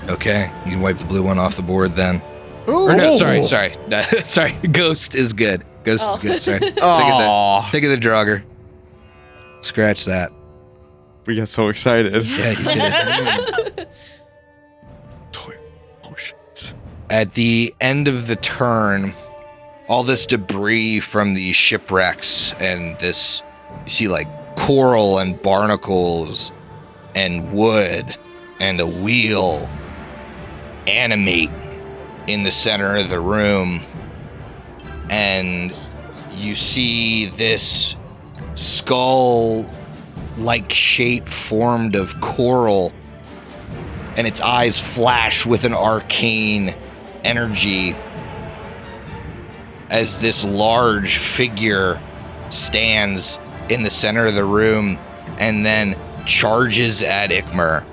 Speaker 3: Okay, you can wipe the blue one off the board then.
Speaker 5: Ooh.
Speaker 3: Or no, sorry, sorry, [LAUGHS] No, sorry. Ghost is good. Ghost
Speaker 6: Oh.
Speaker 3: is good. Sorry. Think of the,
Speaker 5: Aw,
Speaker 3: think of the Draugr. Scratch that.
Speaker 5: we got so excited.
Speaker 3: Yeah, you did.
Speaker 5: Toy Oh, motions.
Speaker 3: At the end of the turn, all this debris from the shipwrecks and this, you see like coral and barnacles and wood and a wheel animate in the center of the room. And you see this skull like shape formed of coral, and its eyes flash with an arcane energy as this large figure stands in the center of the room and then charges at Ikmer.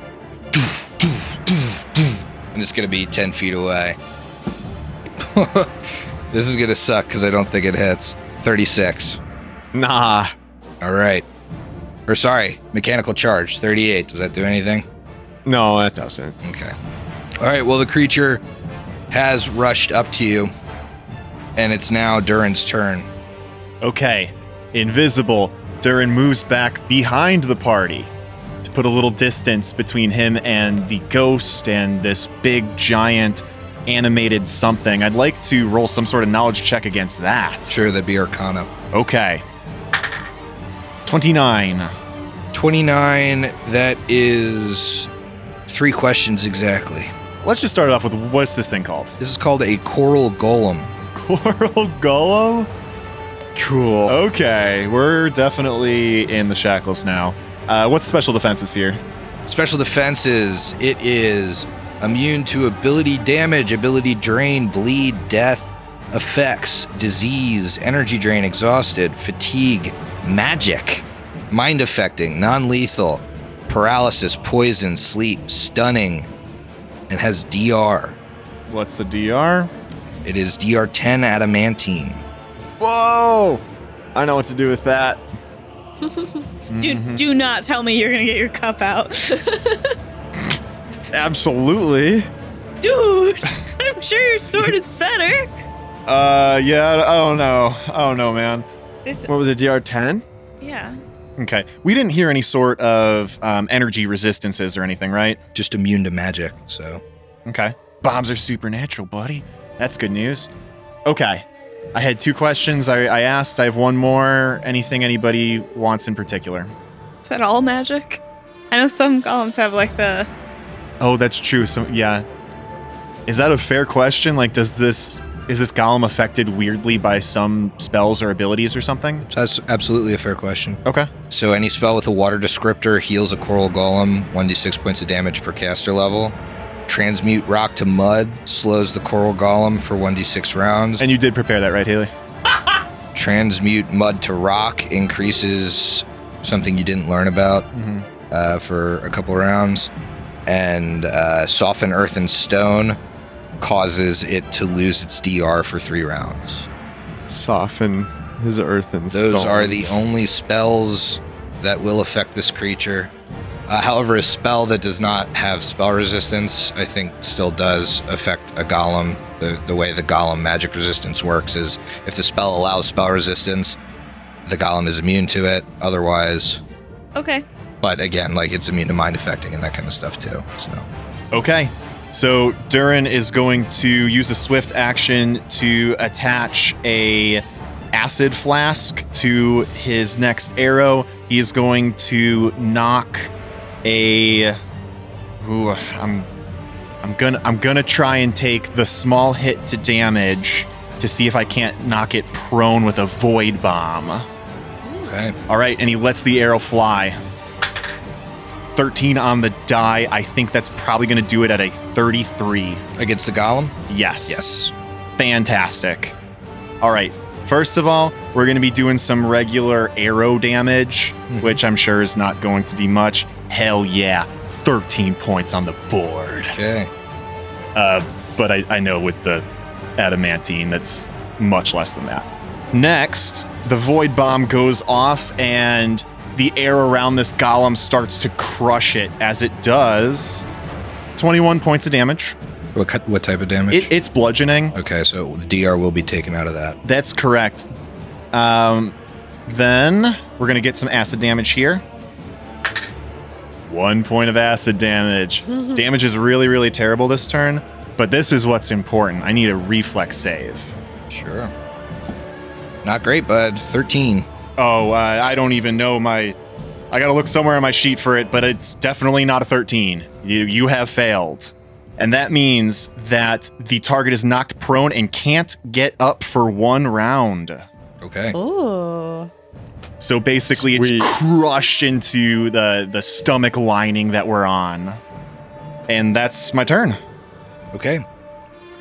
Speaker 3: Doof, doof, doof, doof. And it's going to be 10 feet away. [LAUGHS] this is going to suck because I don't think it hits. 36.
Speaker 5: Nah.
Speaker 3: All right. Or sorry, mechanical charge, 38. Does that do anything?
Speaker 5: No, that doesn't.
Speaker 3: Okay. All right, well, the creature has rushed up to you, and it's now Durin's turn.
Speaker 4: Okay. Invisible, Durin moves back behind the party to put a little distance between him and the ghost and this big giant animated something. I'd like to roll some sort of knowledge check against that.
Speaker 3: Sure, that'd be Arcana.
Speaker 4: Okay. 29.
Speaker 3: 29, that is three questions exactly.
Speaker 4: Let's just start it off with what's this thing called?
Speaker 3: This is called a coral golem.
Speaker 4: Coral Golem? Cool. Okay, we're definitely in the shackles now. Uh, what's special defenses here?
Speaker 3: Special defenses, it is immune to ability damage, ability drain, bleed, death, effects, disease, energy drain, exhausted, fatigue, magic, mind affecting, non lethal, paralysis, poison, sleep, stunning, and has DR.
Speaker 4: What's the DR?
Speaker 3: It is DR 10 adamantine.
Speaker 5: Whoa! I know what to do with that.
Speaker 1: Do, do not tell me you're going to get your cup out. [LAUGHS]
Speaker 5: Absolutely.
Speaker 1: Dude, [LAUGHS] I'm sure your sword is better.
Speaker 5: Uh, yeah. I don't know. I don't know, man.
Speaker 1: This,
Speaker 5: What was it? Dr. Ten?
Speaker 1: yeah.
Speaker 4: Okay. We didn't hear any sort of um, energy resistances or anything, right?
Speaker 3: Just immune to magic, so.
Speaker 4: Okay. Bombs are supernatural, buddy. That's good news. Okay. I had two questions I, I asked. I have one more. Anything anybody wants in particular?
Speaker 1: Is that all magic? I know some golems have like the.
Speaker 4: Oh, that's true. So yeah. Is that a fair question? Like, does this is this golem affected weirdly by some spells or abilities or something?
Speaker 3: That's absolutely a fair question.
Speaker 4: Okay.
Speaker 3: So, any spell with a water descriptor heals a coral golem 1d6 points of damage per caster level. Transmute rock to mud slows the coral golem for 1d6 rounds.
Speaker 4: And you did prepare that, right, Haley?
Speaker 3: Transmute mud to rock increases something you didn't learn about
Speaker 4: Mm-hmm.
Speaker 3: uh, for a couple rounds. and uh, soften earth and stone causes it to lose its DR for three rounds.
Speaker 5: Soften his earth and
Speaker 3: Those are the
Speaker 5: stones.
Speaker 3: only spells that will affect this creature. Uh, however, a spell that does not have spell resistance, I think, still does affect a golem. The, the way the golem magic resistance works is if the spell allows spell resistance, the golem is immune to it. Otherwise,
Speaker 1: Okay.
Speaker 3: but again, like it's immune to mind affecting and that kind of stuff too. So
Speaker 4: Okay. So Durin is going to use a swift action to attach a acid flask to his next arrow. He is going to knock a ooh, I'm I'm gonna I'm gonna try and take the small hit to damage to see if I can't knock it prone with a void bomb.
Speaker 3: okay,
Speaker 4: All right, and he lets the arrow fly. 13 on the die. I think that's probably going to do it at a 33.
Speaker 3: against the golem,
Speaker 4: Yes.
Speaker 3: yes,
Speaker 4: Fantastic. All right. First of all, we're going to be doing some regular arrow damage, which I'm sure is not going to be much. Hell yeah. 13 points on the board.
Speaker 3: okay,
Speaker 4: Uh, but I, I know with the adamantine, that's much less than that. Next, the void bomb goes off, and the air around this golem starts to crush it as it does. 21 points of damage.
Speaker 3: what cut, what type of damage?
Speaker 4: It, it's bludgeoning.
Speaker 3: okay, so the DR will be taken out of that.
Speaker 4: That's correct. Um, then we're going to get some acid damage here. One point of acid [LAUGHS] damage. damage is really, really terrible this turn, but this is what's important. I need a reflex save.
Speaker 3: Sure, not great, bud. Thirteen.
Speaker 4: Oh, uh, I don't even know my. I gotta look somewhere on my sheet for it, but it's definitely not a 13. You, you have failed. And that means that the target is knocked prone and can't get up for one round.
Speaker 3: Okay,
Speaker 6: Oh.
Speaker 4: So basically,
Speaker 5: Sweet.
Speaker 4: it's crushed into the the stomach lining that we're on, and that's my turn.
Speaker 3: okay.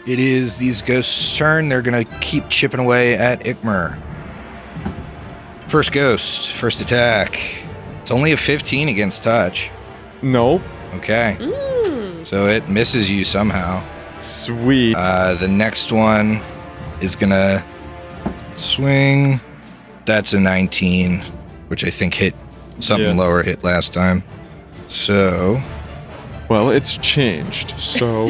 Speaker 3: It is these ghosts' turn. They're gonna keep chipping away at Ikmer. First ghost, first attack. It's only a fifteen against touch.
Speaker 5: Nope.
Speaker 3: Okay, so it misses you somehow.
Speaker 5: Sweet.
Speaker 3: Uh, the next one is gonna swing. That's a 19, which I think hit something
Speaker 5: Yes.
Speaker 3: lower hit last time. So
Speaker 5: well, it's changed. So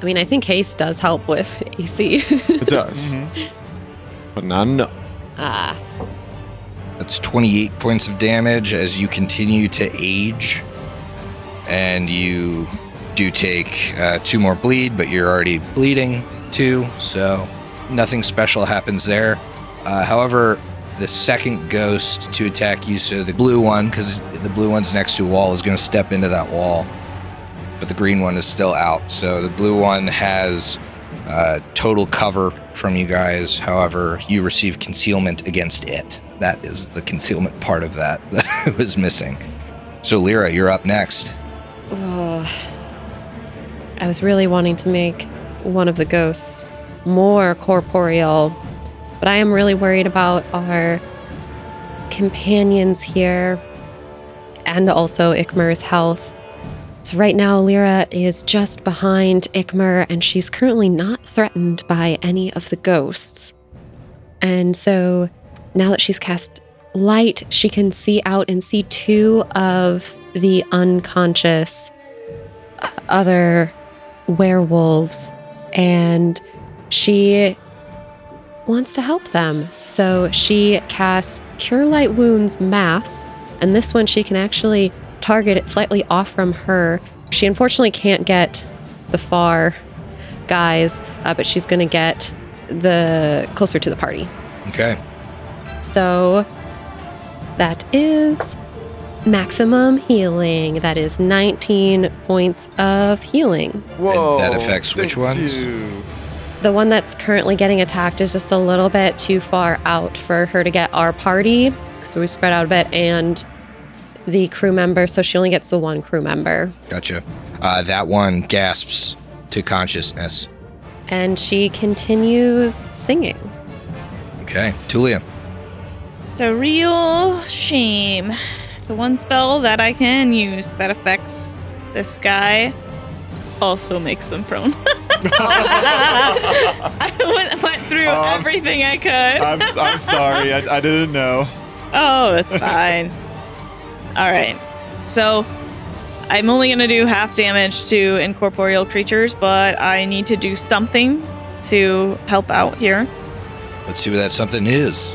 Speaker 6: I mean, I think haste does help with [LAUGHS] AC.
Speaker 5: it
Speaker 3: [LAUGHS]
Speaker 5: does.
Speaker 3: Mm-hmm.
Speaker 5: But not enough.
Speaker 6: ah,
Speaker 3: that's 28 points of damage as you continue to age, and you do take uh, two more bleed, but you're already bleeding two, so nothing special happens there. Uh, however, the second ghost to attack you, so the blue one, because the blue one's next to a wall, is going to step into that wall, but the green one is still out. So the blue one has uh, total cover from you guys. However, you receive concealment against it. That is the concealment part of that [LAUGHS] that was missing. So Lyra, you're up next.
Speaker 6: Ugh. I was really wanting to make one of the ghosts more corporeal, but I am really worried about our companions here and also Ikmer's health. So, right now, Lyra is just behind Ikmer, and she's currently not threatened by any of the ghosts. And so, now that she's cast light, she can see out and see two of the unconscious other werewolves and she wants to help them. So she casts Cure Light Wounds Mass, and this one she can actually target it slightly off from her. She unfortunately can't get the far guys, uh, but she's going to get the closer to the party.
Speaker 3: Okay.
Speaker 6: So that is maximum healing. That is 19 points of healing.
Speaker 3: Whoa, that affects which
Speaker 5: Oh, thank
Speaker 3: ones?
Speaker 5: you.
Speaker 6: The one that's currently getting attacked is just a little bit too far out for her to get our party because we spread out a bit and the crew member. So she only gets the one crew member.
Speaker 3: Gotcha. Uh, that one gasps to consciousness.
Speaker 6: And she continues singing.
Speaker 3: Okay. Tulia.
Speaker 1: It's a real shame. The one spell that I can use that affects this guy also makes them prone. [LAUGHS] I went, went through
Speaker 5: Oh, I'm s-
Speaker 1: everything I could.
Speaker 5: I'm, s- I'm sorry. I, I didn't know.
Speaker 1: Oh, that's fine. All right. So I'm only going to do half damage to incorporeal creatures, but I need to do something to help out here.
Speaker 3: Let's see what that something is.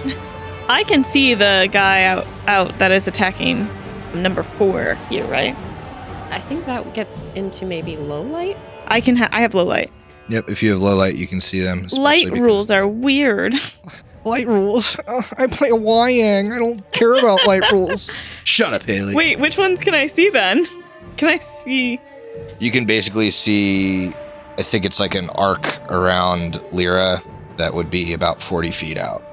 Speaker 1: I can see the guy out, out that is attacking number four here, right?
Speaker 6: I think that gets into maybe low light.
Speaker 1: I can. Ha- I have low light.
Speaker 3: Yep, if you have low light, you can see them. especially
Speaker 1: Light
Speaker 3: because-
Speaker 1: rules are
Speaker 3: [LAUGHS]
Speaker 1: weird.
Speaker 3: Light rules? Uh, I play a Wyang. I don't care
Speaker 1: [LAUGHS]
Speaker 3: about light rules. Shut up, Haley.
Speaker 1: Wait, which ones can I see then? Can I see?
Speaker 3: You can basically see, I think it's like an arc around Lyra that would be about 40 feet out.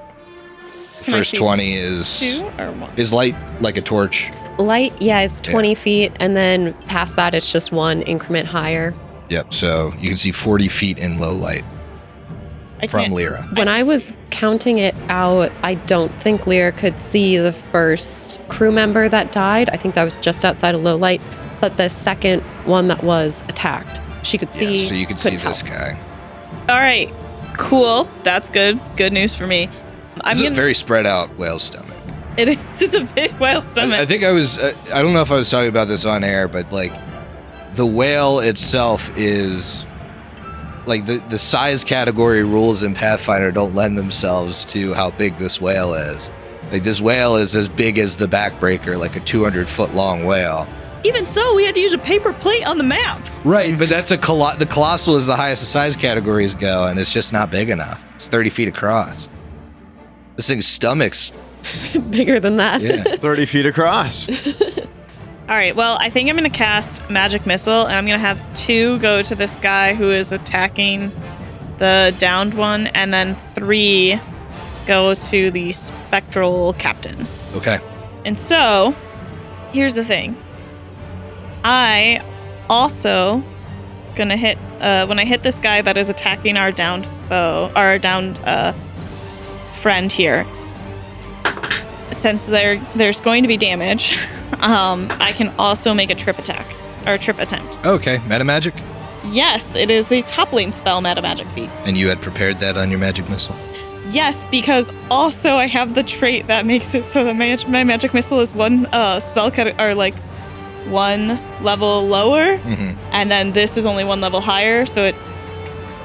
Speaker 3: The
Speaker 1: Can I
Speaker 3: first
Speaker 1: see
Speaker 3: 20 is
Speaker 1: Two or one?
Speaker 3: is light like a torch.
Speaker 6: Light, yeah, is
Speaker 3: Yeah.
Speaker 6: 20 feet. And then past that, it's just one increment higher.
Speaker 3: Yep, so you can see 40 feet in low light
Speaker 1: I
Speaker 3: from
Speaker 1: can't-
Speaker 3: Lyra.
Speaker 6: When I was counting it out, I don't think Lear could see the first crew member that died. I think that was just outside of low light, but the second one that was attacked, she could see.
Speaker 3: yeah, so you can see
Speaker 6: couldn't
Speaker 3: this
Speaker 6: help.
Speaker 3: guy.
Speaker 1: All right. Cool. That's good. Good news for me. I'm
Speaker 3: It's
Speaker 1: gonna-
Speaker 3: a very spread out whale stomach.
Speaker 1: It is. [LAUGHS] It's a big whale stomach.
Speaker 3: I, I think I was. Uh, I don't know if I was talking about this on air, but like the whale itself is like the the size category rules in Pathfinder don't lend themselves to how big this whale is. Like this whale is as big as the backbreaker, like a 200 foot long whale.
Speaker 1: Even so, we had to use a paper plate on the map.
Speaker 3: Right, but that's a colo- the colossal is the highest the size categories go, and it's just not big enough. It's 30 feet across. This thing's stomachs.
Speaker 6: [LAUGHS] bigger than that.
Speaker 3: Yeah.
Speaker 5: 30 feet across.
Speaker 3: [LAUGHS]
Speaker 1: All right. Well, I think I'm going to cast magic missile, and I'm going to have two go to this guy who is attacking the downed one, and then three go to the spectral captain.
Speaker 3: okay.
Speaker 1: And so, here's the thing. I also gonna hit uh, when I hit this guy that is attacking our downed foe, our downed uh, friend here. Since there there's going to be damage, [LAUGHS] um, I can also make a trip attack or a trip attempt.
Speaker 3: Okay. Meta magic,
Speaker 1: Yes, it is the toppling spell meta magic feat.
Speaker 3: and you had prepared that on your magic missile.
Speaker 1: Yes, because also I have the trait that makes it so that my, my magic missile is one uh, spell cut or like one level lower,
Speaker 3: Mm-hmm.
Speaker 1: and then this is only one level higher. So it,
Speaker 6: [LAUGHS]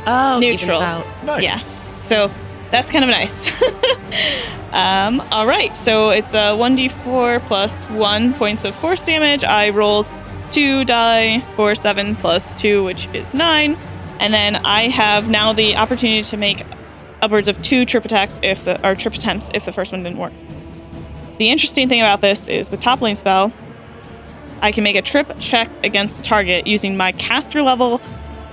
Speaker 6: Oh,
Speaker 1: Neutral.
Speaker 6: evens out.
Speaker 5: Nice.
Speaker 1: yeah, so that's kind of nice. [LAUGHS] um, all right, so it's a one d four plus one points of force damage. I roll two die for seven plus two, which is nine, and then I have now the opportunity to make upwards of two trip attacks if the or trip attempts if the first one didn't work. The interesting thing about this is with toppling spell, I can make a trip check against the target using my caster level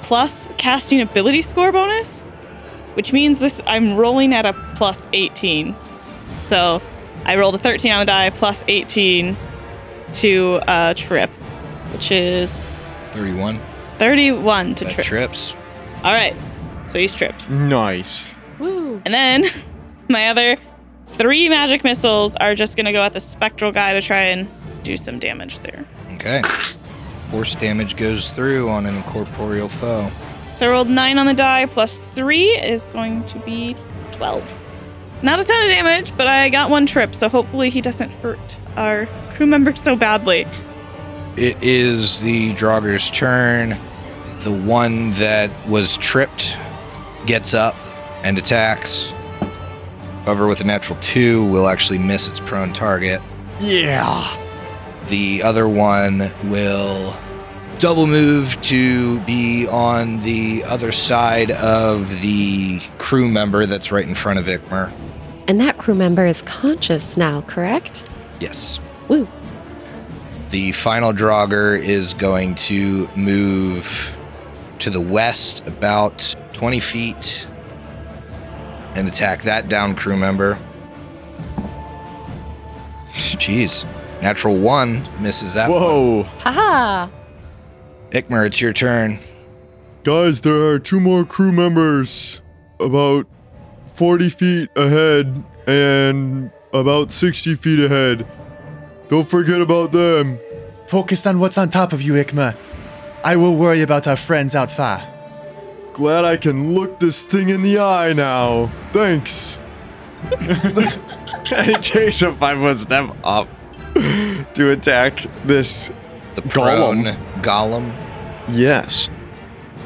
Speaker 1: plus casting ability score bonus, which means this I'm rolling at a plus 18. So I rolled a 13 on the die plus 18 to uh, trip, which is
Speaker 3: 31.
Speaker 1: 31 to
Speaker 3: That
Speaker 1: trip.
Speaker 3: trips.
Speaker 1: All right, so he's tripped.
Speaker 5: Hmm. Nice.
Speaker 6: Woo.
Speaker 1: And then [LAUGHS] my other three magic missiles are just going to go at the spectral guy to try and do some damage there.
Speaker 3: Okay. Force damage goes through on an incorporeal foe.
Speaker 1: So I rolled nine on the die, plus three is going to be 12. Not a ton of damage, but I got one trip, so hopefully he doesn't hurt our crew member so badly.
Speaker 3: It is the Draugr's turn. The one that was tripped gets up and attacks. However, with a natural two, will actually miss its prone target.
Speaker 5: Yeah.
Speaker 3: The other one will double move to be on the other side of the crew member that's right in front of Ikmer.
Speaker 6: And that crew member is conscious now, correct?
Speaker 3: Yes.
Speaker 6: Woo.
Speaker 3: The final Draugr is going to move to the west about 20 feet and attack that down crew member. Jeez. Natural one misses that. one.
Speaker 5: Whoa.
Speaker 6: Haha.
Speaker 3: Ikmer, it's your turn.
Speaker 5: Guys, there are two more crew members about 40 feet ahead and about 60 feet ahead. Don't forget about them.
Speaker 4: Focus on what's on top of you, Ikma. I will worry about our friends out far.
Speaker 5: Glad I can look this thing in the eye now. [LAUGHS] Thanks. and he takes a five one step up [LAUGHS] to attack this.
Speaker 3: The prone
Speaker 5: Gollum.
Speaker 3: golem.
Speaker 5: Yes.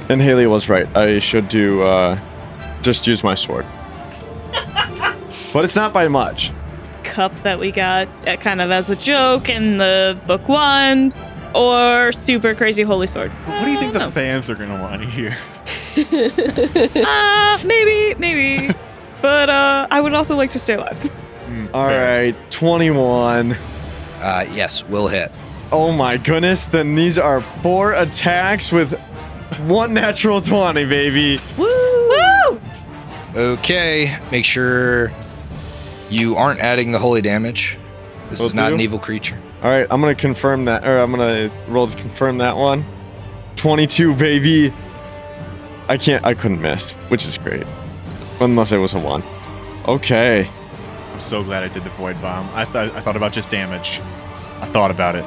Speaker 5: And Haley was right. I should do uh, just use my [LAUGHS] sword. but it's not by much.
Speaker 1: cup that we got uh, kind of as a joke in the book one or super crazy holy sword. Uh,
Speaker 4: What do you think
Speaker 1: I
Speaker 4: the
Speaker 1: don't
Speaker 4: fans are gonna want to hear?
Speaker 1: know. uh, maybe,
Speaker 4: [LAUGHS]
Speaker 1: maybe. but uh, I would also like to stay alive.
Speaker 5: All right, 21.
Speaker 3: Uh, yes, will hit.
Speaker 5: Oh my goodness, then these are four attacks with one natural 20, baby.
Speaker 1: Woo! Woo!
Speaker 3: Okay, make sure you aren't adding the holy damage. This
Speaker 5: Will
Speaker 3: is not
Speaker 5: do.
Speaker 3: an evil creature.
Speaker 5: All right, I'm going to confirm that, or I'm going to roll to confirm that one. 22, baby. I can't, I couldn't miss, which is great. Unless it was a one. Okay.
Speaker 4: I'm so glad I did the void bomb. I thought I thought about just damage. I thought about it.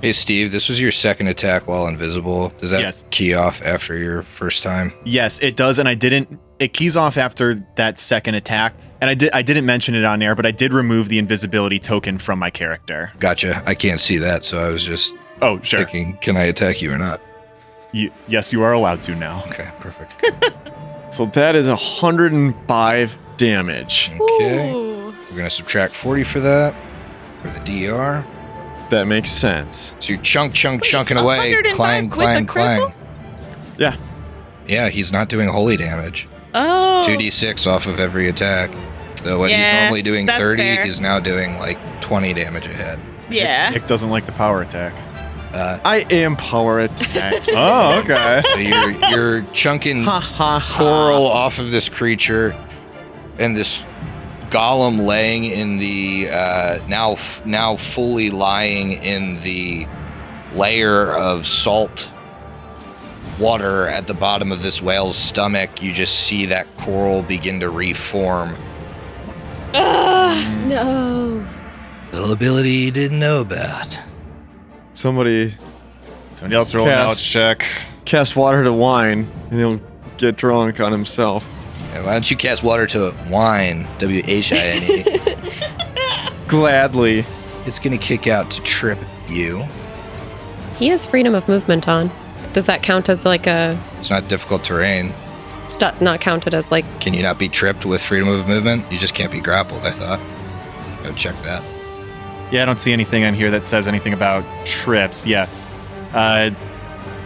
Speaker 3: Hey, Steve, this was your second attack while invisible. Does that
Speaker 4: Yes.
Speaker 3: key off after your first time?
Speaker 4: Yes, it does, and I didn't. It keys off after that second attack, and I did. I didn't mention it on air, but I did remove the invisibility token from my character.
Speaker 3: Gotcha. I can't see that, so I was just
Speaker 4: Oh, sure.
Speaker 3: thinking, can I attack you or not?
Speaker 4: You, yes, you are allowed to now.
Speaker 3: Okay, perfect.
Speaker 1: [LAUGHS]
Speaker 5: So that is 105 damage.
Speaker 3: Okay.
Speaker 1: Ooh.
Speaker 3: We're going to subtract 40 for that, for the DR.
Speaker 5: That makes sense.
Speaker 3: So you're chunk, chunk, chunking
Speaker 1: a
Speaker 3: away.
Speaker 1: hundred and
Speaker 3: Climb,
Speaker 1: five with a
Speaker 3: climb, climb.
Speaker 5: Yeah.
Speaker 3: Yeah, he's not doing holy damage.
Speaker 1: Oh.
Speaker 3: 2d6 off of every attack. So what he's
Speaker 1: Yeah,
Speaker 3: normally doing
Speaker 1: that's
Speaker 3: 30,
Speaker 1: fair.
Speaker 3: he's now doing like 20 damage a hit.
Speaker 1: Yeah.
Speaker 4: Nick doesn't like the power attack.
Speaker 3: Uh,
Speaker 5: I am power attack.
Speaker 4: oh, okay.
Speaker 3: so you're you're chunking
Speaker 5: ha ha ha.
Speaker 3: coral off of this creature, and this golem laying in the uh, now f- now fully lying in the layer of salt water at the bottom of this whale's stomach. You just see that coral begin to reform.
Speaker 1: Ugh.
Speaker 6: No.
Speaker 3: Little ability you didn't know about.
Speaker 5: Somebody
Speaker 4: Somebody else roll an
Speaker 5: Cast.
Speaker 4: out check.
Speaker 5: cast water to wine and he'll get drunk on himself.
Speaker 3: Why don't you cast water to it? Wine, W H I N E.
Speaker 5: Gladly.
Speaker 3: [LAUGHS] It's gonna kick out to trip you.
Speaker 6: He has freedom of movement on. Does that count as like a
Speaker 3: It's not difficult terrain.
Speaker 6: stu- not counted as like
Speaker 3: Can you not be tripped with freedom of movement? You just can't be grappled, I thought. Go check that.
Speaker 4: Yeah, I don't see anything on here that says anything about trips. Yeah. Uh,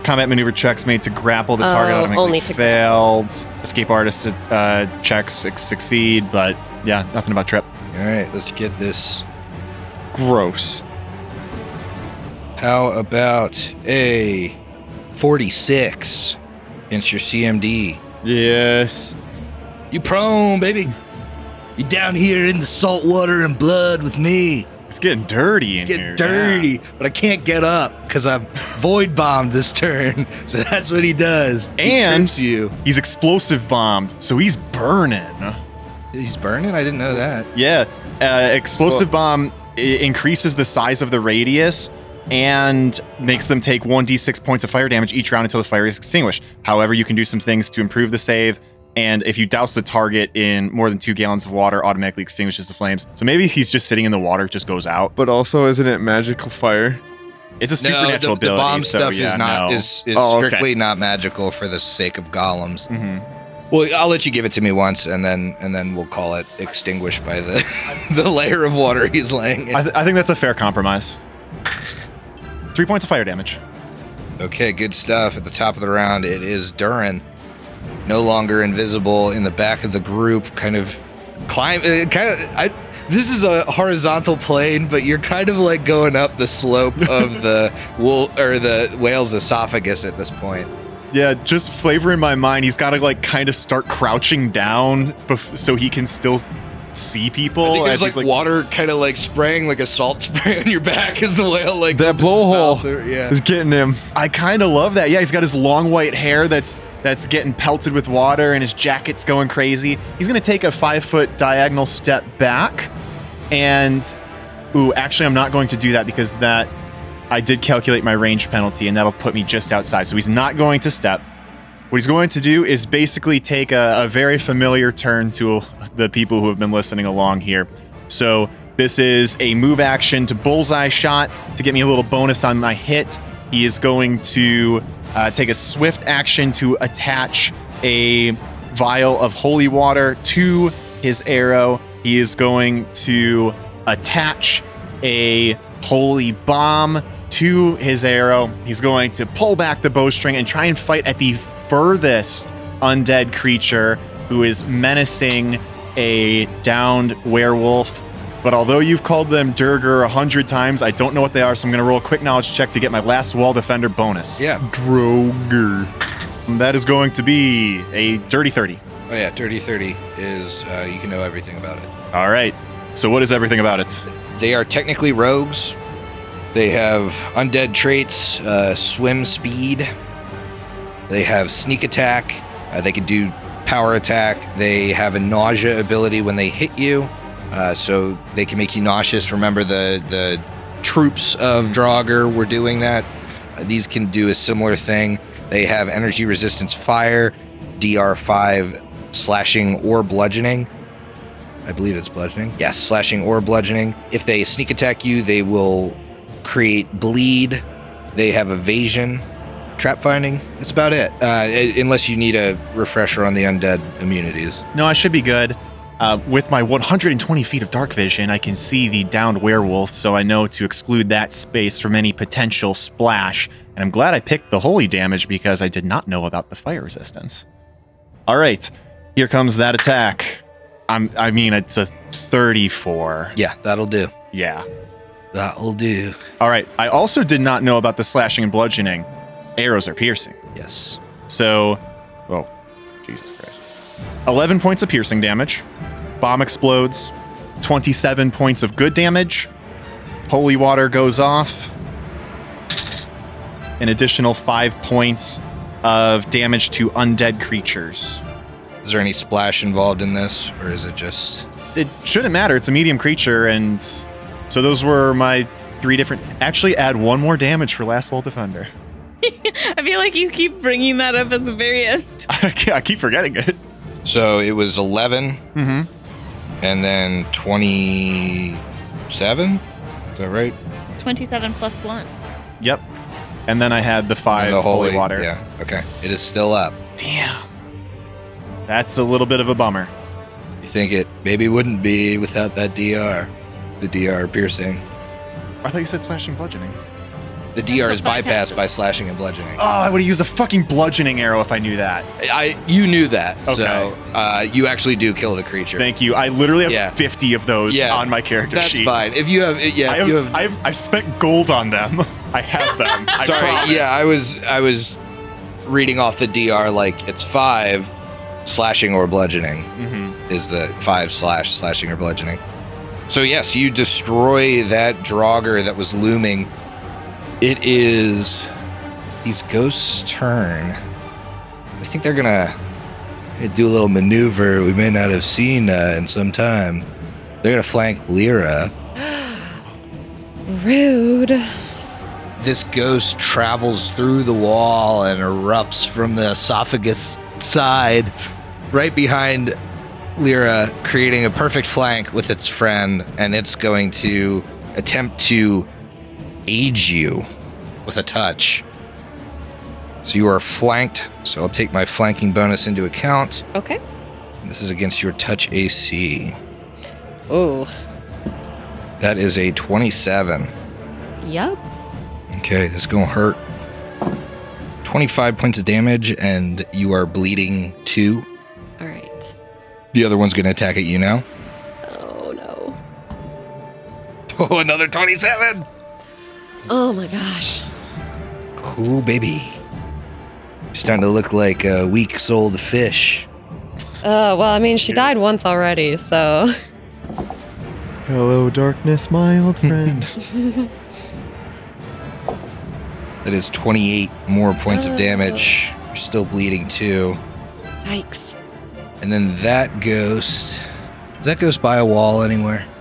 Speaker 4: combat maneuver checks made to grapple the target
Speaker 6: Oh,
Speaker 4: automatically
Speaker 6: only to
Speaker 4: failed. Escape artist uh, checks suc- succeed, but yeah, nothing about trip.
Speaker 3: Alright, let's get this.
Speaker 5: Gross.
Speaker 3: How about a 46 against your CMD?
Speaker 5: Yes.
Speaker 3: You prone, baby! You down here in the salt water and blood with me.
Speaker 4: It's getting dirty in
Speaker 3: Get
Speaker 4: here.
Speaker 3: dirty, but I can't get up because I'm void bombed this turn. [LAUGHS] So that's what he does. He
Speaker 4: And-
Speaker 3: trips you.
Speaker 4: He's explosive bombed, so he's burning.
Speaker 3: He's burning? I didn't know that.
Speaker 4: Yeah, uh, explosive bomb I- increases the size of the radius and makes them take 1d6 points of fire damage each round until the fire is extinguished. However, you can do some things to improve the save. And if you douse the target in more than two gallons of water, automatically extinguishes the flames. So maybe if he's just sitting in the water, it just goes out.
Speaker 5: But also, isn't it magical fire?
Speaker 4: It's a supernatural
Speaker 3: the, the
Speaker 4: ability.
Speaker 3: bomb
Speaker 4: so
Speaker 3: stuff
Speaker 4: yeah,
Speaker 3: is not
Speaker 4: no.
Speaker 3: is, is
Speaker 5: Oh, okay.
Speaker 3: strictly not magical for the sake of golems.
Speaker 4: Mhm.
Speaker 3: Well, I'll let you give it to me once, and then and then we'll call it extinguished by the [LAUGHS] the layer of water he's laying in.
Speaker 4: I, th- I think that's a fair compromise. Three points of fire damage.
Speaker 3: Okay, good stuff. At the top of the round, it is Durin, no longer invisible in the back of the group, kind of climb. Uh, kind of, I. This is a horizontal plane, but you're kind of like going up the slope
Speaker 4: [LAUGHS]
Speaker 3: of the wool or the whale's esophagus at this point.
Speaker 4: Yeah, just flavor in my mind, he's got to like kind of start crouching down bef- so he can still see people.
Speaker 3: I think
Speaker 4: as
Speaker 3: there's
Speaker 4: he's,
Speaker 3: like, water kind of like spraying like a salt [LAUGHS] spray on your back as the whale like
Speaker 5: That
Speaker 3: up its mouth
Speaker 5: blowhole.
Speaker 3: there, Yeah.
Speaker 5: Is getting him.
Speaker 4: I kind of love that. Yeah, he's got his long white hair that's that's getting pelted with water, and his jacket's going crazy. He's gonna take a five foot diagonal step back, and Ooh, actually, I'm not going to do that because that I did calculate my range penalty, and that'll put me just outside. So he's not going to step. What he's going to do is basically take a, a very familiar turn to the people who have been listening along here. So this is a move action to bullseye shot to get me a little bonus on my hit. He is going to uh, take a swift action to attach a vial of holy water to his arrow. He is going to attach a holy bomb to his arrow. He's going to pull back the bowstring and try and fight at the furthest undead creature who is menacing a downed werewolf. But although you've called them Durger a hundred times, I don't know what they are, so I'm going to roll a quick knowledge check to get my last wall defender bonus.
Speaker 3: Yeah.
Speaker 4: Droger. That is going to be a dirty 30.
Speaker 3: Oh yeah. Dirty thirty is uh, you can know everything about it.
Speaker 4: All right. So, what is everything about it?
Speaker 3: They are technically rogues. They have undead traits, uh, swim speed. They have sneak attack. Uh, they can do power attack. They have a nausea ability when they hit you, uh, so they can make you nauseous. Remember the the troops of Draugr were doing that. Uh, these can do a similar thing. They have energy resistance fire, DR5 slashing or bludgeoning. I believe it's bludgeoning. Yes, slashing or bludgeoning. If they sneak attack you, they will create bleed. They have evasion, trap finding. That's about it. Uh, u- unless you need a refresher on the undead immunities.
Speaker 4: No, I should be good. Uh, with my 120 feet of dark vision, I can see the downed werewolf, so I know to exclude that space from any potential splash. And I'm glad I picked the holy damage because I did not know about the fire resistance. All right, here comes that attack. I'm, I mean, it's a 34.
Speaker 3: Yeah, that'll do.
Speaker 4: Yeah.
Speaker 3: That'll do.
Speaker 4: All right. I also did not know about the slashing and bludgeoning. Arrows are piercing.
Speaker 3: Yes.
Speaker 4: So,
Speaker 5: Oh, Jesus Christ.
Speaker 4: 11 points of piercing damage. Bomb explodes. 27 points of good damage. Holy water goes off. An additional 5 points of damage to undead creatures.
Speaker 3: Is there any splash involved in this, or is it just?
Speaker 4: It shouldn't matter. It's a medium creature. And so those were my three different. Actually, add one more damage for Last Wall Defender.
Speaker 1: I feel like you keep bringing that up as the very end.
Speaker 4: [LAUGHS] I keep forgetting it.
Speaker 3: So it was eleven,
Speaker 4: Mm hmm.
Speaker 3: and then twenty-seven. Is that right?
Speaker 1: 27 plus 1.
Speaker 4: Yep. And then I had the five
Speaker 3: And the
Speaker 4: holy, water.
Speaker 3: Yeah. Okay. It is still up.
Speaker 4: Damn. That's a little bit of a bummer.
Speaker 3: You think it maybe wouldn't be without that DR, the DR piercing.
Speaker 4: I thought you said slashing bludgeoning.
Speaker 3: The DR is bypassed by slashing and bludgeoning.
Speaker 4: Oh, I would have used a fucking bludgeoning arrow if I knew that.
Speaker 3: I, you knew that,
Speaker 4: Okay.
Speaker 3: so uh, you actually do kill the creature.
Speaker 4: Thank you. I literally have
Speaker 3: Yeah.
Speaker 4: 50 of those
Speaker 3: Yeah.
Speaker 4: on my character
Speaker 3: That's
Speaker 4: sheet.
Speaker 3: fine. If you have, yeah,
Speaker 4: I
Speaker 3: if
Speaker 4: have,
Speaker 3: you have.
Speaker 4: I've, I've spent gold on them. [LAUGHS] I have them. [LAUGHS] I promise.
Speaker 3: sorry, yeah, I was, I was reading off the DR like it's five, slashing or bludgeoning
Speaker 4: Mhm.
Speaker 3: is the five slash slashing or bludgeoning. So yes, you destroy that Draugr that was looming. It is these ghosts' turn. I think they're gonna gonna do a little maneuver we may not have seen uh, in some time. They're gonna flank Lyra.
Speaker 6: Rude.
Speaker 3: This ghost travels through the wall and erupts from the esophagus side, right behind Lyra, creating a perfect flank with its friend, and it's going to attempt to age you with a touch. So you are flanked, so I'll take my flanking bonus into account.
Speaker 6: Okay.
Speaker 3: This is against your touch AC.
Speaker 6: Ooh.
Speaker 3: That is a 27.
Speaker 6: Yup.
Speaker 3: Okay, this is gonna hurt. 25 points of damage, and you are bleeding two.
Speaker 6: All right.
Speaker 3: The other one's gonna attack at you now. [LAUGHS]
Speaker 6: Oh no.
Speaker 3: Oh, another 27!
Speaker 6: Oh my gosh.
Speaker 3: Cool, baby. You're starting to look like a weak souled fish.
Speaker 6: Uh, well, I mean, she died once already, so.
Speaker 5: Hello, darkness, my old friend.
Speaker 3: That is 28 more points of damage. You're still bleeding two.
Speaker 6: Yikes.
Speaker 3: And then that ghost. Does that ghost by a wall anywhere?
Speaker 5: [LAUGHS]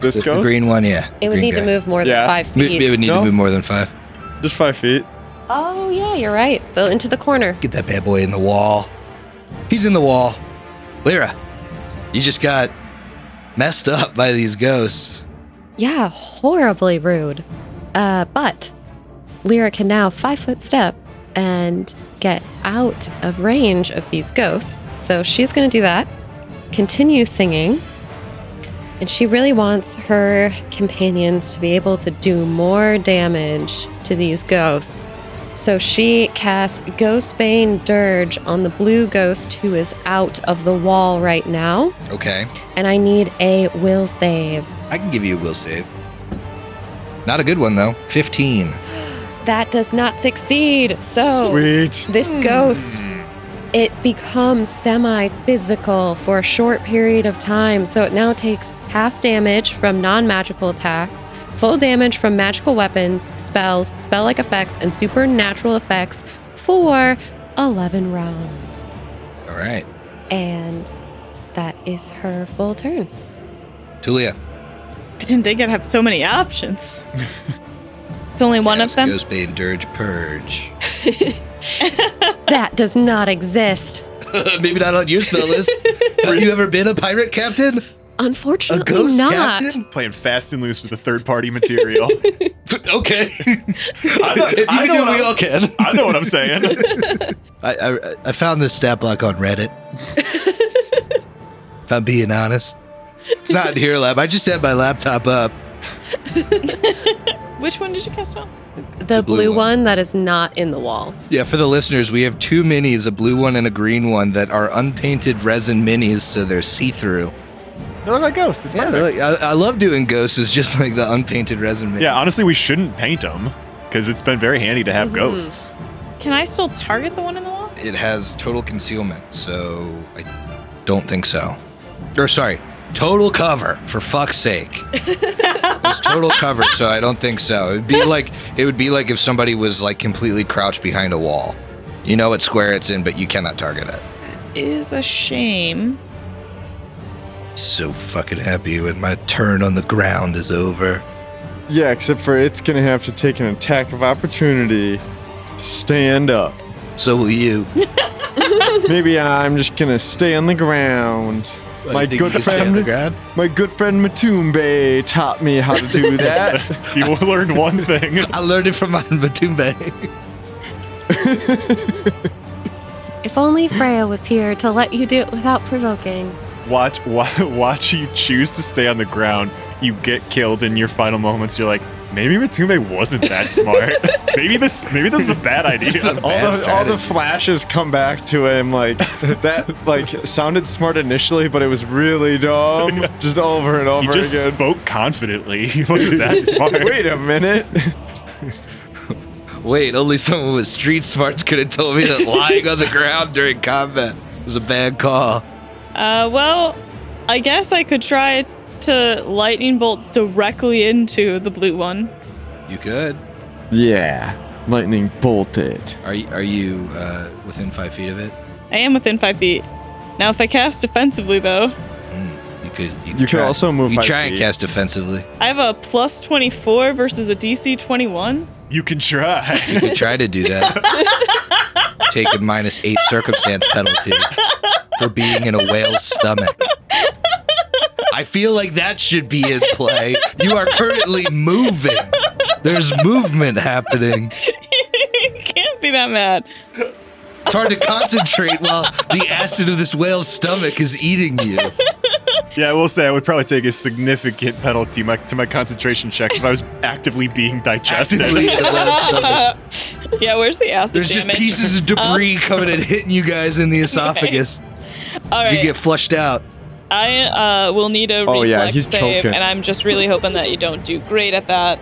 Speaker 5: This
Speaker 3: The, the
Speaker 5: goes?
Speaker 3: green one, yeah.
Speaker 6: It would
Speaker 3: Green
Speaker 6: need to
Speaker 3: guy.
Speaker 6: move more
Speaker 5: Yeah.
Speaker 6: than five
Speaker 3: We,
Speaker 6: feet.
Speaker 3: we would need
Speaker 5: No?
Speaker 3: to move more than five.
Speaker 5: Just five feet.
Speaker 6: Oh yeah, you're right. The, into the corner.
Speaker 3: Get that bad boy in the wall. He's in the wall. Lyra, you just got messed up by these ghosts.
Speaker 6: Yeah, horribly rude. Uh, but Lyra can now five foot step and get out of range of these ghosts. So she's going to do that, continue singing. And she really wants her companions to be able to do more damage to these ghosts. So she casts Ghostbane Dirge on the blue ghost who is out of the wall right now.
Speaker 3: Okay.
Speaker 6: And I need a will save.
Speaker 3: I can give you a will save. Not a good one, though. 15.
Speaker 6: That does not succeed. So
Speaker 5: Sweet.
Speaker 6: this ghost, it becomes semi-physical for a short period of time. So it now takes half damage from non-magical attacks, full damage from magical weapons, spells, spell-like effects, and supernatural effects for 11 rounds.
Speaker 3: All right.
Speaker 6: And that is her full turn.
Speaker 3: Tulia.
Speaker 1: I didn't think I'd have so many
Speaker 3: [LAUGHS]
Speaker 1: options. it's only one of
Speaker 3: cast
Speaker 1: them.
Speaker 3: Ghostbane Dirge Purge. [LAUGHS]
Speaker 6: That does not exist.
Speaker 3: Maybe not on your spell
Speaker 1: [LAUGHS]
Speaker 3: list. Have you ever been a pirate captain? A
Speaker 6: Unfortunately
Speaker 3: ghost
Speaker 6: not.
Speaker 3: captain?
Speaker 4: Playing fast and loose with the third
Speaker 3: [LAUGHS]
Speaker 4: party material.
Speaker 3: Okay.
Speaker 4: I know,
Speaker 3: [LAUGHS] if
Speaker 4: I
Speaker 3: you
Speaker 4: know
Speaker 3: do,
Speaker 4: what
Speaker 3: we
Speaker 4: I'm-
Speaker 3: all can.
Speaker 4: I know what
Speaker 3: [LAUGHS]
Speaker 4: I'm saying.
Speaker 3: I, I, I found this stat block on Reddit. if I'm being honest, it's not in here lab. I just had my laptop up.
Speaker 1: Which one did you cast on?
Speaker 6: The, blue,
Speaker 3: blue
Speaker 6: one.
Speaker 3: one.
Speaker 6: that is not in the wall.
Speaker 3: Yeah, for the listeners, we have two minis, a blue one and a green one, that are unpainted resin minis, so they're see through.
Speaker 4: they look like ghosts. It's
Speaker 3: Yeah,
Speaker 4: perfect.
Speaker 3: they're like, I, I love doing ghosts, it's just like the unpainted resin mini.
Speaker 4: yeah, honestly, we shouldn't paint them because it's been very handy to have
Speaker 6: Mhm.
Speaker 4: ghosts.
Speaker 1: Can I still target the one in the wall?
Speaker 3: It has total concealment, so I don't think so. Or sorry, total cover. For fuck's sake, it's total cover, so I don't think so. It'd be like it would be like if somebody was like completely crouched behind a wall. You know what square it's in, but you cannot target it.
Speaker 1: Is a shame.
Speaker 3: So fucking happy when my turn on the ground is over.
Speaker 5: Yeah, except for it's gonna have to take an attack of opportunity to stand up.
Speaker 3: So will you.
Speaker 5: Maybe I'm just gonna stay on the ground. My
Speaker 3: I think
Speaker 5: good
Speaker 3: you can stay on the ground.
Speaker 5: friend, my good friend Matumbe taught me how to
Speaker 3: [LAUGHS]
Speaker 5: do that.
Speaker 4: you [LAUGHS] will learn one thing.
Speaker 3: I learned it from my [LAUGHS] Matumbe.
Speaker 6: If only Freya was here to let you do it without provoking.
Speaker 4: Watch, watch, watch you choose to stay on the ground. You get killed in your final moments. You're like, maybe Matumbe wasn't that smart. maybe this, maybe this is a bad idea.
Speaker 5: all
Speaker 3: Bad
Speaker 5: the, all the
Speaker 3: strategy.
Speaker 5: flashes come back to him like that like sounded smart initially but it was really dumb
Speaker 3: [LAUGHS]
Speaker 5: just over and
Speaker 4: He
Speaker 5: over
Speaker 4: just
Speaker 5: again
Speaker 4: spoke confidently. [LAUGHS] He wasn't that smart.
Speaker 5: wait
Speaker 3: [LAUGHS]
Speaker 5: a minute
Speaker 3: Wait, only someone with street smarts could have told me [LAUGHS] that lying on the ground during combat was a bad call.
Speaker 1: Uh, well, I guess I could try to lightning bolt directly into the blue one.
Speaker 3: You could.
Speaker 5: yeah lightning bolted
Speaker 3: Are you, are you uh, within five feet of it?
Speaker 1: I am within five feet. Now, if I cast defensively, though,
Speaker 3: You could. You,
Speaker 5: could
Speaker 3: try-
Speaker 5: also move
Speaker 3: You
Speaker 5: five
Speaker 3: try and
Speaker 5: feet.
Speaker 3: cast defensively.
Speaker 1: I have a plus 24 versus a DC 21.
Speaker 4: You can try.
Speaker 3: You could try to do that.
Speaker 5: [LAUGHS]
Speaker 3: Take a minus eight circumstance penalty for being in a whale's stomach. I feel like that should be in play. You are currently moving. There's movement
Speaker 1: [LAUGHS]
Speaker 3: happening.
Speaker 1: Can't be that mad.
Speaker 3: It's hard to concentrate while the acid of this whale's stomach is eating you.
Speaker 4: yeah, I will say I would probably take a significant penalty my, to my concentration checks if I was actively being digested.
Speaker 3: Actively in the whale's
Speaker 1: [LAUGHS]
Speaker 3: stomach.
Speaker 1: yeah, where's the acid
Speaker 3: There's just
Speaker 1: damage?
Speaker 3: pieces of debris coming and hitting you
Speaker 1: [LAUGHS]
Speaker 3: guys in the esophagus.
Speaker 1: All
Speaker 3: You
Speaker 1: right,
Speaker 3: get flushed out.
Speaker 1: I uh, will need a
Speaker 5: Oh,
Speaker 1: reflex
Speaker 5: yeah, he's
Speaker 1: save,
Speaker 5: choking.
Speaker 1: and I'm just really hoping that you don't do great at that.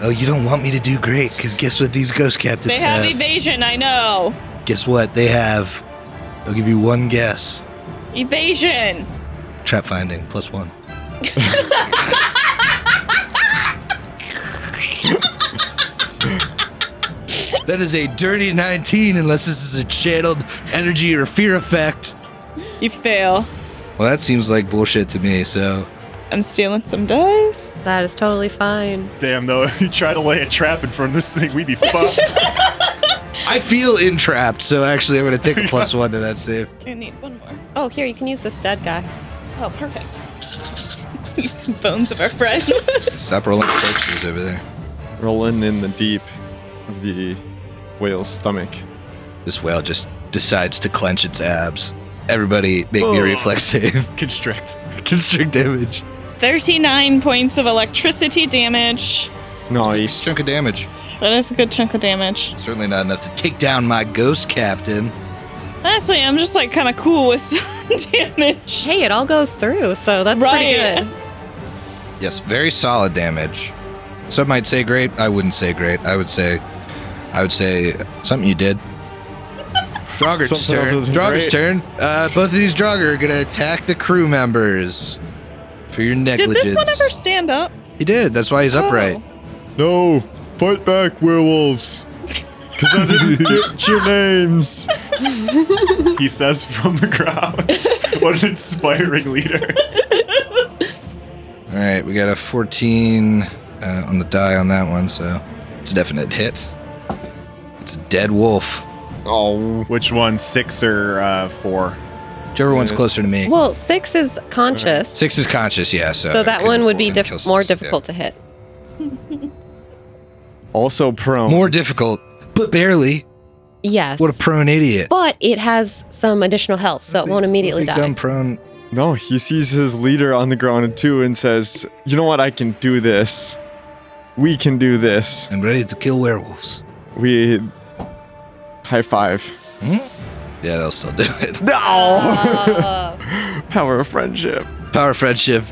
Speaker 3: Oh, you don't want me to do great, because guess what these ghost captains
Speaker 1: They have evasion, I know.
Speaker 3: guess what? They have. I'll give you one guess.
Speaker 1: Evasion.
Speaker 3: Trap finding, plus one. that is a dirty 19, unless this is a channeled energy or fear effect.
Speaker 1: You fail.
Speaker 3: Well, that seems like bullshit to me, so
Speaker 1: I'm stealing some dice.
Speaker 6: That is totally fine.
Speaker 4: [LAUGHS] Damn, though, if you try to lay a trap in front of this thing, we'd be fucked.
Speaker 3: I feel entrapped, so actually, I'm going to take a plus one to that save.
Speaker 1: I need one more.
Speaker 6: Oh, here, you can use this dead guy.
Speaker 1: Oh, perfect. [LAUGHS] Use some bones of our friends. [LAUGHS]
Speaker 3: Stop rolling corpses over there.
Speaker 5: Rolling in the deep of the whale's stomach.
Speaker 3: This whale just decides to clench its abs. Everybody, make me a reflex save. [LAUGHS]
Speaker 4: Constrict.
Speaker 3: Constrict damage.
Speaker 1: 39 points of electricity damage.
Speaker 5: Nice.
Speaker 3: Chunk of damage.
Speaker 1: That is a good chunk of damage.
Speaker 3: Certainly not enough to take down my ghost captain.
Speaker 1: Honestly, I'm just like kind of cool with [LAUGHS] some damage.
Speaker 6: Hey, it all goes through, so that's
Speaker 1: Right.
Speaker 6: pretty good.
Speaker 3: Yes, very solid damage. Some might say great. I wouldn't say great. I would say, I would say something you [LAUGHS] did. Drogger's
Speaker 5: Something other
Speaker 3: turn.
Speaker 5: than
Speaker 3: Drogger's
Speaker 5: great.
Speaker 3: turn. Uh, both of these Drogger are gonna attack the crew members for your
Speaker 1: Did
Speaker 3: negligence.
Speaker 1: this one ever stand up?
Speaker 3: He did. That's why he's
Speaker 6: Oh.
Speaker 3: upright.
Speaker 5: No, fight back, werewolves. Because
Speaker 3: [LAUGHS]
Speaker 5: I didn't get your names.
Speaker 4: He says from the ground. [LAUGHS] what an inspiring leader.
Speaker 3: All right, we got a 14 uh, on the die on that one, so it's a definite hit. It's a dead wolf.
Speaker 5: Oh,
Speaker 4: Which one, six or uh, four?
Speaker 3: Whichever one's closer to me.
Speaker 6: Well, six is conscious,
Speaker 3: Six is conscious, yeah. So,
Speaker 6: so
Speaker 3: it
Speaker 6: that
Speaker 3: could-
Speaker 6: one would be
Speaker 3: it
Speaker 6: diff-
Speaker 3: kills
Speaker 6: more
Speaker 3: six, yeah.
Speaker 6: difficult to hit.
Speaker 5: also prone.
Speaker 3: More difficult, but barely.
Speaker 6: Yes.
Speaker 3: What a prone idiot.
Speaker 6: but it has some additional health, so it won't immediately
Speaker 3: Big
Speaker 6: die.
Speaker 3: dumb prone.
Speaker 5: No, he sees his leader on the ground too and says, You know what? I can do this. We can do this.
Speaker 3: I'm ready to kill werewolves.
Speaker 5: We. High five.
Speaker 3: Yeah, they'll still do it. [LAUGHS]
Speaker 5: No!
Speaker 6: Ah.
Speaker 5: [LAUGHS] Power of friendship.
Speaker 3: Power
Speaker 6: [LAUGHS]
Speaker 3: friendship.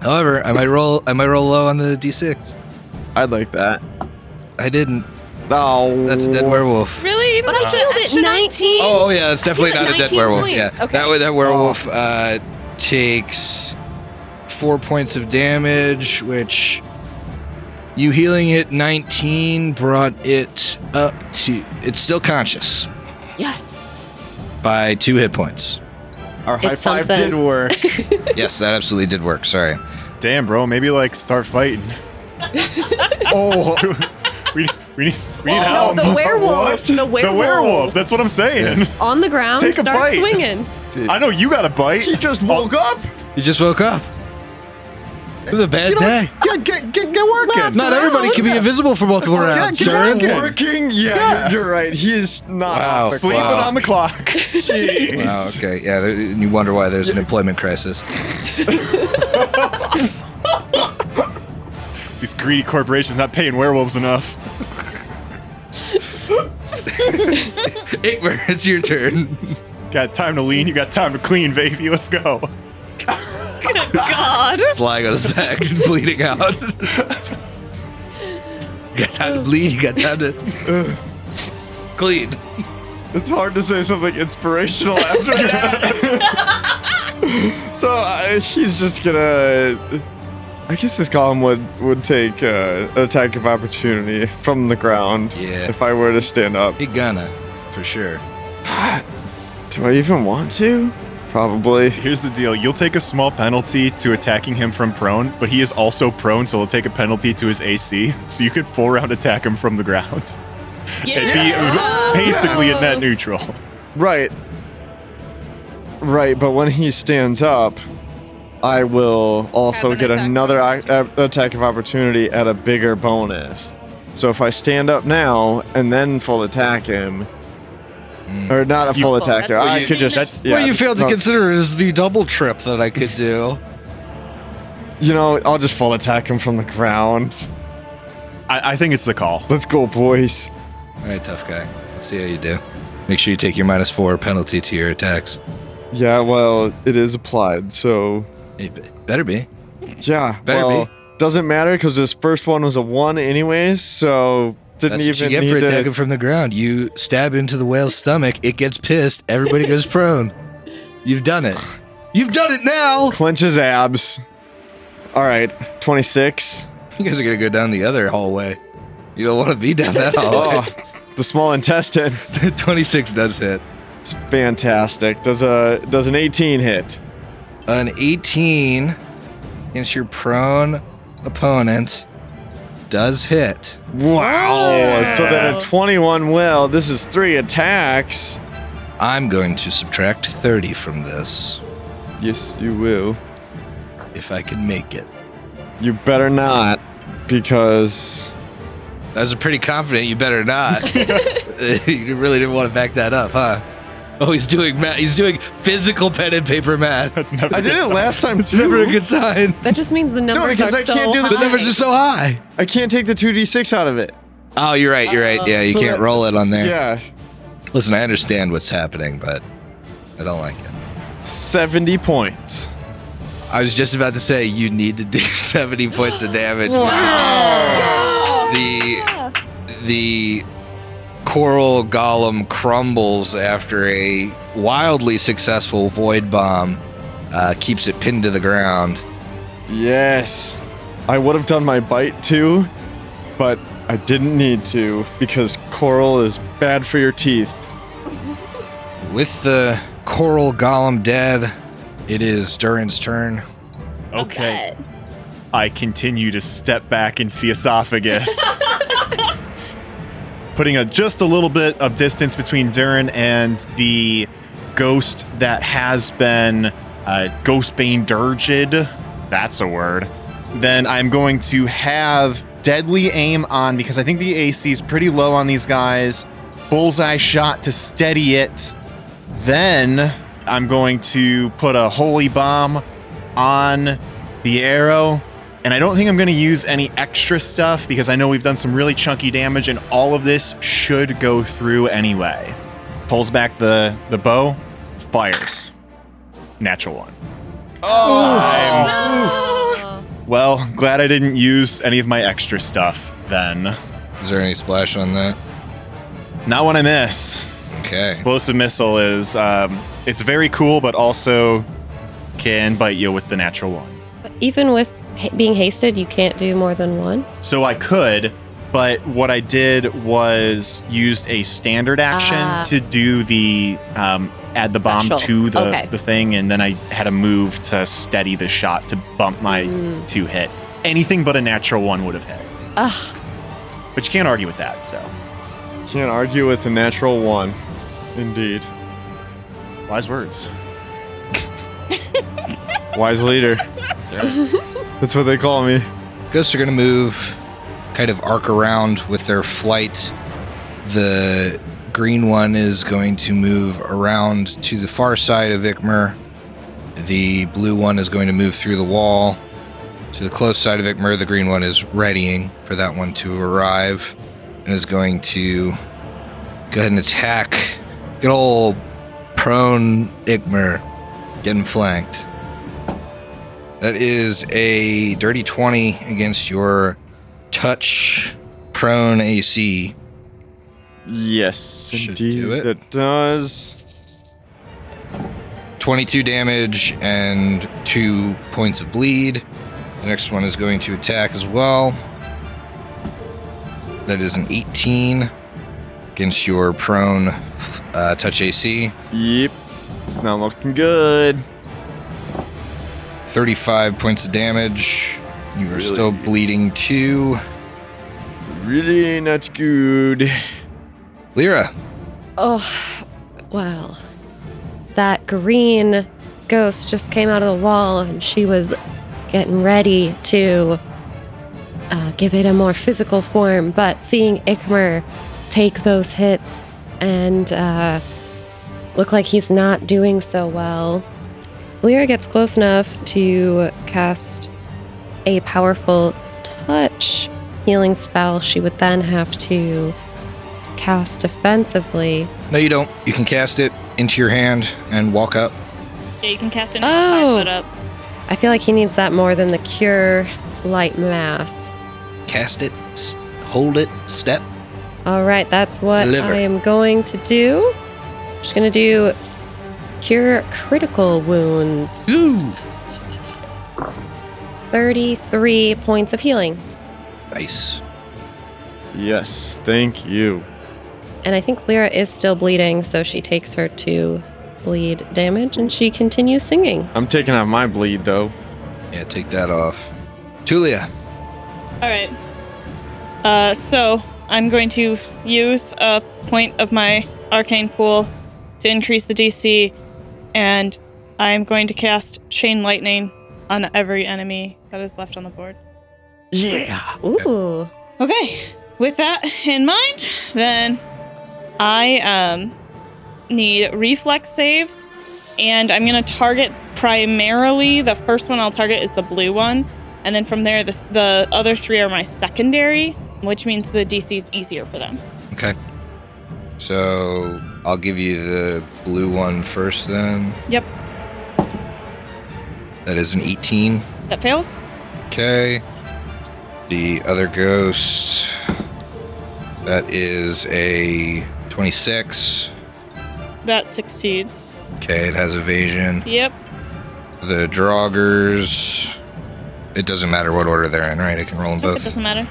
Speaker 3: However, I might roll. I might roll low on the d6.
Speaker 5: I'd like that.
Speaker 3: I didn't.
Speaker 5: No.
Speaker 3: That's a dead werewolf.
Speaker 1: Really?
Speaker 6: But I killed it 19.
Speaker 3: Oh, oh, yeah, that's definitely
Speaker 6: got
Speaker 3: not a dead
Speaker 6: 19
Speaker 3: werewolf.
Speaker 6: points.
Speaker 3: Yeah,
Speaker 6: Okay.
Speaker 3: that way that werewolf uh, takes four points of damage, which you healing it 19 brought it up to. It's still conscious
Speaker 6: Oh. Yes.
Speaker 3: by two hit points.
Speaker 5: Our high
Speaker 6: It's
Speaker 5: five
Speaker 6: something.
Speaker 5: did
Speaker 6: [LAUGHS]
Speaker 5: work.
Speaker 3: yes, that absolutely did work. Sorry.
Speaker 4: Damn, bro, maybe like start fighting.
Speaker 5: oh,
Speaker 4: We, we need, we need
Speaker 6: Oh,
Speaker 4: help.
Speaker 6: the werewolf. The
Speaker 4: The
Speaker 6: werewolf.
Speaker 4: werewolf. That's what I'm saying.
Speaker 6: On the ground,
Speaker 4: Take a
Speaker 6: start
Speaker 4: bite.
Speaker 6: swinging.
Speaker 4: I know you got a bite.
Speaker 5: he just woke up.
Speaker 3: You just woke up. It was a bad day.
Speaker 5: Get, get, get, get working.
Speaker 6: Last
Speaker 3: Not everybody can be invisible for multiple
Speaker 5: Yeah,
Speaker 3: rounds.
Speaker 5: get
Speaker 3: Durin.
Speaker 5: working. working. Yeah, You're, you're right. He is not
Speaker 3: Wow.
Speaker 5: off the
Speaker 4: Sleeping
Speaker 5: clock.
Speaker 3: Wow.
Speaker 4: on the clock. Jeez.
Speaker 3: Wow, okay, yeah, there- and you wonder why there's an employment [LAUGHS] crisis.
Speaker 4: These greedy corporations not paying werewolves enough.
Speaker 3: Igmar, it's your turn.
Speaker 4: Got time to lean, you got time to clean, baby. Let's go.
Speaker 1: God.
Speaker 3: It's lying on his back, [LAUGHS] just bleeding out. you got time to bleed, you got time to uh, [SIGHS] clean.
Speaker 5: It's hard to say something inspirational after
Speaker 3: [LAUGHS]
Speaker 5: that. so uh, he's just gonna. I guess this column would would take uh, an attack of opportunity from the ground.
Speaker 3: Yeah.
Speaker 5: If I were to stand up,
Speaker 3: He gonna, for sure.
Speaker 5: do I even want to? Probably.
Speaker 4: Here's the deal you'll take a small penalty to attacking him from prone, but he is also prone, so he'll take a penalty to his AC. So you could full round attack him from the ground [LAUGHS] and be
Speaker 1: Yeah.
Speaker 4: basically at net neutral.
Speaker 5: Right. Right, but when he stands up, I will also
Speaker 1: Have an
Speaker 5: get
Speaker 1: attack of
Speaker 5: another ac- a- attack of opportunity at a bigger bonus. So if I stand up now and then full attack him, or not a
Speaker 4: You-
Speaker 5: full attacker,
Speaker 1: that's-
Speaker 5: I
Speaker 1: you-
Speaker 5: could just.
Speaker 1: that's-
Speaker 5: yeah,
Speaker 3: what you failed to
Speaker 5: no,
Speaker 3: consider is the double trip that I could do.
Speaker 5: You know, I'll just full attack him from the ground.
Speaker 4: I, I think it's the call.
Speaker 5: Let's go, boys.
Speaker 3: All right, tough guy. Let's see how you do. Make sure you take your minus four penalty to your attacks.
Speaker 5: Yeah, well, it is applied, so
Speaker 3: It be- better be.
Speaker 5: Yeah.
Speaker 3: Better
Speaker 5: well,
Speaker 3: be.
Speaker 5: doesn't matter because this first one was a one anyways, so didn't
Speaker 3: That's what you
Speaker 5: even
Speaker 3: get for
Speaker 5: need to.
Speaker 3: attacking from the ground. You stab into the whale's stomach, it gets pissed, everybody
Speaker 5: [LAUGHS]
Speaker 3: goes prone. You've done it. You've done it now! [LAUGHS]
Speaker 5: Clench his abs. All right, [LAUGHS] 26.
Speaker 3: You guys are gonna go down the other hallway. You don't want to be down
Speaker 5: [LAUGHS]
Speaker 3: that hallway.
Speaker 5: Oh, the small intestine.
Speaker 3: [LAUGHS] 26 does hit.
Speaker 5: It's fantastic. Does a does an 18 hit?
Speaker 3: An 18 against your prone opponent does hit.
Speaker 5: Wow. So then
Speaker 1: Wow.
Speaker 5: a 21 will. This is three attacks.
Speaker 3: I'm going to subtract 30 from this
Speaker 5: Yes, you will.
Speaker 3: if I can make it.
Speaker 5: You better not, because
Speaker 3: I was pretty confident you better
Speaker 5: [LAUGHS]
Speaker 3: not. [LAUGHS] you really didn't want to back that up, huh? Oh, he's doing math. He's doing physical pen and paper math.
Speaker 4: That's never.
Speaker 5: I
Speaker 4: a
Speaker 5: did
Speaker 4: good
Speaker 5: it
Speaker 4: sign.
Speaker 5: last [LAUGHS] time
Speaker 3: It's never a
Speaker 5: too.
Speaker 3: good sign.
Speaker 6: That just means the numbers
Speaker 5: because
Speaker 6: are
Speaker 5: I
Speaker 6: so
Speaker 5: can't do the
Speaker 6: high.
Speaker 3: The numbers are so high.
Speaker 5: I can't take the 2d6 out of it.
Speaker 3: Oh, you're right. You're right. Yeah, you
Speaker 5: So
Speaker 3: can't
Speaker 5: that-
Speaker 3: roll it on there.
Speaker 5: Yeah.
Speaker 3: Listen, I understand what's happening, but I don't like it.
Speaker 5: 70 points.
Speaker 3: I was just about to say you need to do [LAUGHS] 70 points of damage. The the coral golem crumbles after a wildly successful void bomb uh, keeps it pinned to the ground.
Speaker 5: Yes. I would have done my bite too, but I didn't need to because coral is bad for your teeth.
Speaker 3: With the coral golem dead, it is Durin's turn.
Speaker 4: Okay. I continue to step back into the esophagus, putting a, just a little bit of distance between Durin and the ghost that has been uh, Ghostbane Dirged. That's a word. Then I'm going to have Deadly Aim on because I think the AC is pretty low on these guys. Bullseye shot to steady it. Then I'm going to put a holy bomb on the arrow. And I don't think I'm going to use any extra stuff because I know we've done some really chunky damage and all of this should go through anyway. Pulls back the, the bow, fires. Natural one. Well, glad I didn't use any of my extra stuff then.
Speaker 3: Is there any splash on that?
Speaker 4: Not when I miss.
Speaker 3: Okay.
Speaker 4: Explosive missile is um, it's very cool, but also can bite you with the natural one.
Speaker 6: Even with ha- being hasted, you can't do more than one.
Speaker 4: So I could, but what I did was used a standard action
Speaker 6: Ah.
Speaker 4: to do the um, add the
Speaker 6: Special.
Speaker 4: bomb to the,
Speaker 6: Okay.
Speaker 4: the thing, and then I had a move to steady the shot to bump my
Speaker 6: Mm.
Speaker 4: two hit. Anything but a natural one would have hit.
Speaker 6: Ugh.
Speaker 4: But you can't argue with that, so.
Speaker 5: Can't argue with a natural one. Indeed.
Speaker 4: Wise words.
Speaker 5: Wise
Speaker 3: [LAUGHS]
Speaker 5: leader. [LAUGHS] That's what they call me.
Speaker 3: Ghosts are going to move, kind of arc around with their flight. The green one is going to move around to the far side of Ikmer. The blue one is going to move through the wall to the close side of Ikmer. The green one is readying for that one to arrive and is going to go ahead and attack. Good old prone Ikmer getting flanked. That is a dirty 20 against your touch prone AC.
Speaker 5: Yes,
Speaker 3: Should
Speaker 5: indeed.
Speaker 3: do it.
Speaker 5: That does.
Speaker 3: 22 damage and 2 points of bleed. The next one is going to attack as well. That is an 18 against your prone uh, touch AC.
Speaker 5: Yep. It's not looking good.
Speaker 3: 35 points of damage. You are
Speaker 5: Really?
Speaker 3: still bleeding 2.
Speaker 5: Really not good.
Speaker 3: Lyra,
Speaker 6: Oh, well. That green ghost just came out of the wall and she was getting ready to uh, give it a more physical form. But seeing Ikmer take those hits and uh, look like he's not doing so well, Lyra gets close enough to cast a powerful touch healing spell. She would then have to cast defensively.
Speaker 3: no, you don't. You can cast it into your hand and walk up.
Speaker 1: Yeah, you can cast an
Speaker 6: Oh.
Speaker 1: five foot up.
Speaker 6: I feel like he needs that more than the cure light mass.
Speaker 3: Cast it, s- hold it, step.
Speaker 6: All right, that's what
Speaker 3: Deliver.
Speaker 6: I am going to do. Just going to do cure critical wounds.
Speaker 3: Ooh.
Speaker 6: 33 points of healing.
Speaker 3: Nice.
Speaker 5: Yes, thank you.
Speaker 6: And I think Lyra is still bleeding, so she takes her to bleed damage and she continues singing.
Speaker 5: I'm taking out my bleed though.
Speaker 3: Yeah, take that off. Tulia.
Speaker 1: All right. Uh, so I'm going to use a point of my arcane pool to increase the DC, and I'm going to cast chain lightning on every enemy that is left on the board.
Speaker 6: Ooh.
Speaker 1: Okay, with that in mind, then I um, need reflex saves, and I'm gonna target primarily the first one I'll target is the blue one, and then from there, the, the other three are my secondary, which means the DC is easier for them.
Speaker 3: Okay. So I'll give you the blue one first then.
Speaker 1: Yep,
Speaker 3: That is an 18.
Speaker 1: that fails.
Speaker 3: Okay. The other ghost. That is a 26.
Speaker 1: That succeeds.
Speaker 3: Okay, it has evasion.
Speaker 1: Yep,
Speaker 3: The Draugrs. It doesn't matter what order they're in, right? I can roll them
Speaker 1: Nope, it
Speaker 3: both.
Speaker 1: doesn't matter.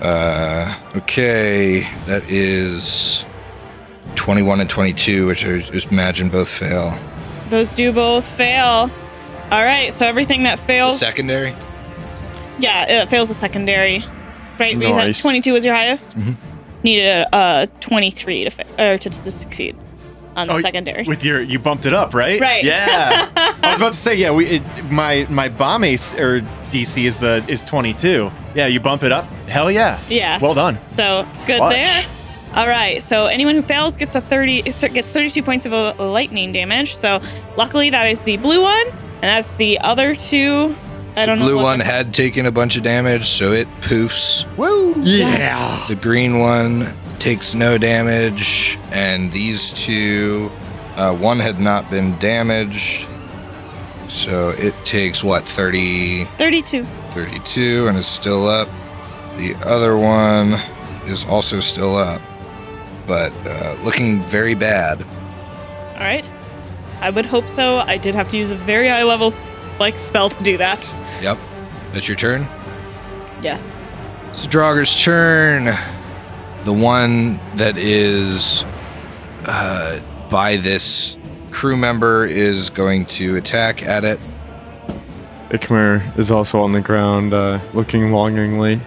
Speaker 3: Uh, okay, that is 21 and 22, which I just imagine both fail.
Speaker 1: Those do both fail. All right, so everything that fails,
Speaker 3: Secondary?
Speaker 1: yeah, it fails the secondary. Right, we had
Speaker 5: Nice.
Speaker 1: 22 was your highest.
Speaker 3: Mm-hmm.
Speaker 1: Needed a, uh 23 to fa- or to, to succeed on the
Speaker 4: Oh,
Speaker 1: secondary.
Speaker 4: With your, you bumped it up, right?
Speaker 1: Right.
Speaker 6: [LAUGHS]
Speaker 4: Yeah. I was about to say, yeah. We, it, my, my bomb ace or DC is the is twenty two. Yeah, you bump it up. Hell yeah.
Speaker 1: Yeah.
Speaker 4: Well done.
Speaker 1: So good
Speaker 4: Clutch.
Speaker 1: there. All right. So anyone who fails gets a thirty th- gets thirty two points of uh, lightning damage. So luckily that is the blue one, and that's the other two. I don't know.
Speaker 3: Blue
Speaker 1: what
Speaker 3: one
Speaker 1: they're-
Speaker 3: had taken a bunch of damage, so it poofs. Woo!
Speaker 5: Yeah.
Speaker 3: The green one takes no damage, and these two, uh, one had not been damaged, so it takes what, 30,
Speaker 1: Thirty-two.
Speaker 3: 32, and is still up. The other one is also still up, but uh, looking very bad.
Speaker 1: All right. I would hope so. I did have to use a very high level s- like spell to do that.
Speaker 3: Yep. That's your turn.
Speaker 1: Yes.
Speaker 3: It's Draugr's turn. The one that is uh, by this crew member is going to attack at it.
Speaker 5: Ikmer is also on the ground, uh, looking longingly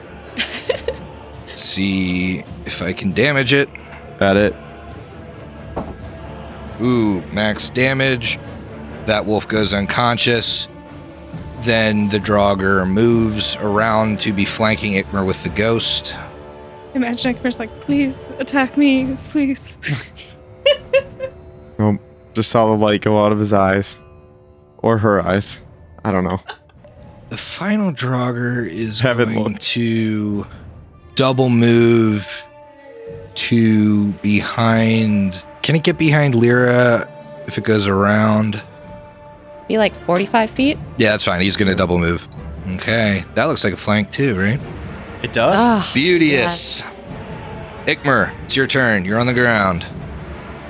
Speaker 3: See if I can damage it.
Speaker 5: at it.
Speaker 3: Ooh, max damage. That wolf goes unconscious. Then the Draugr moves around to be flanking Ikmer with the ghost.
Speaker 1: Imagine Ekmer's like, please attack me, please.
Speaker 5: Nope. Just saw the light go out of his eyes. Or her eyes. I don't know.
Speaker 3: The final Draugr is
Speaker 5: Haven't
Speaker 3: going
Speaker 5: looked.
Speaker 3: to double move to behind. Can it get behind Lyra if it goes around?
Speaker 6: Be like 45 feet.
Speaker 3: Yeah, that's fine. He's going to double move. Okay. That looks like a flank too, right?
Speaker 4: It does.
Speaker 6: Ah.
Speaker 3: Beauteous. Ikmer, it's your turn. You're on the ground.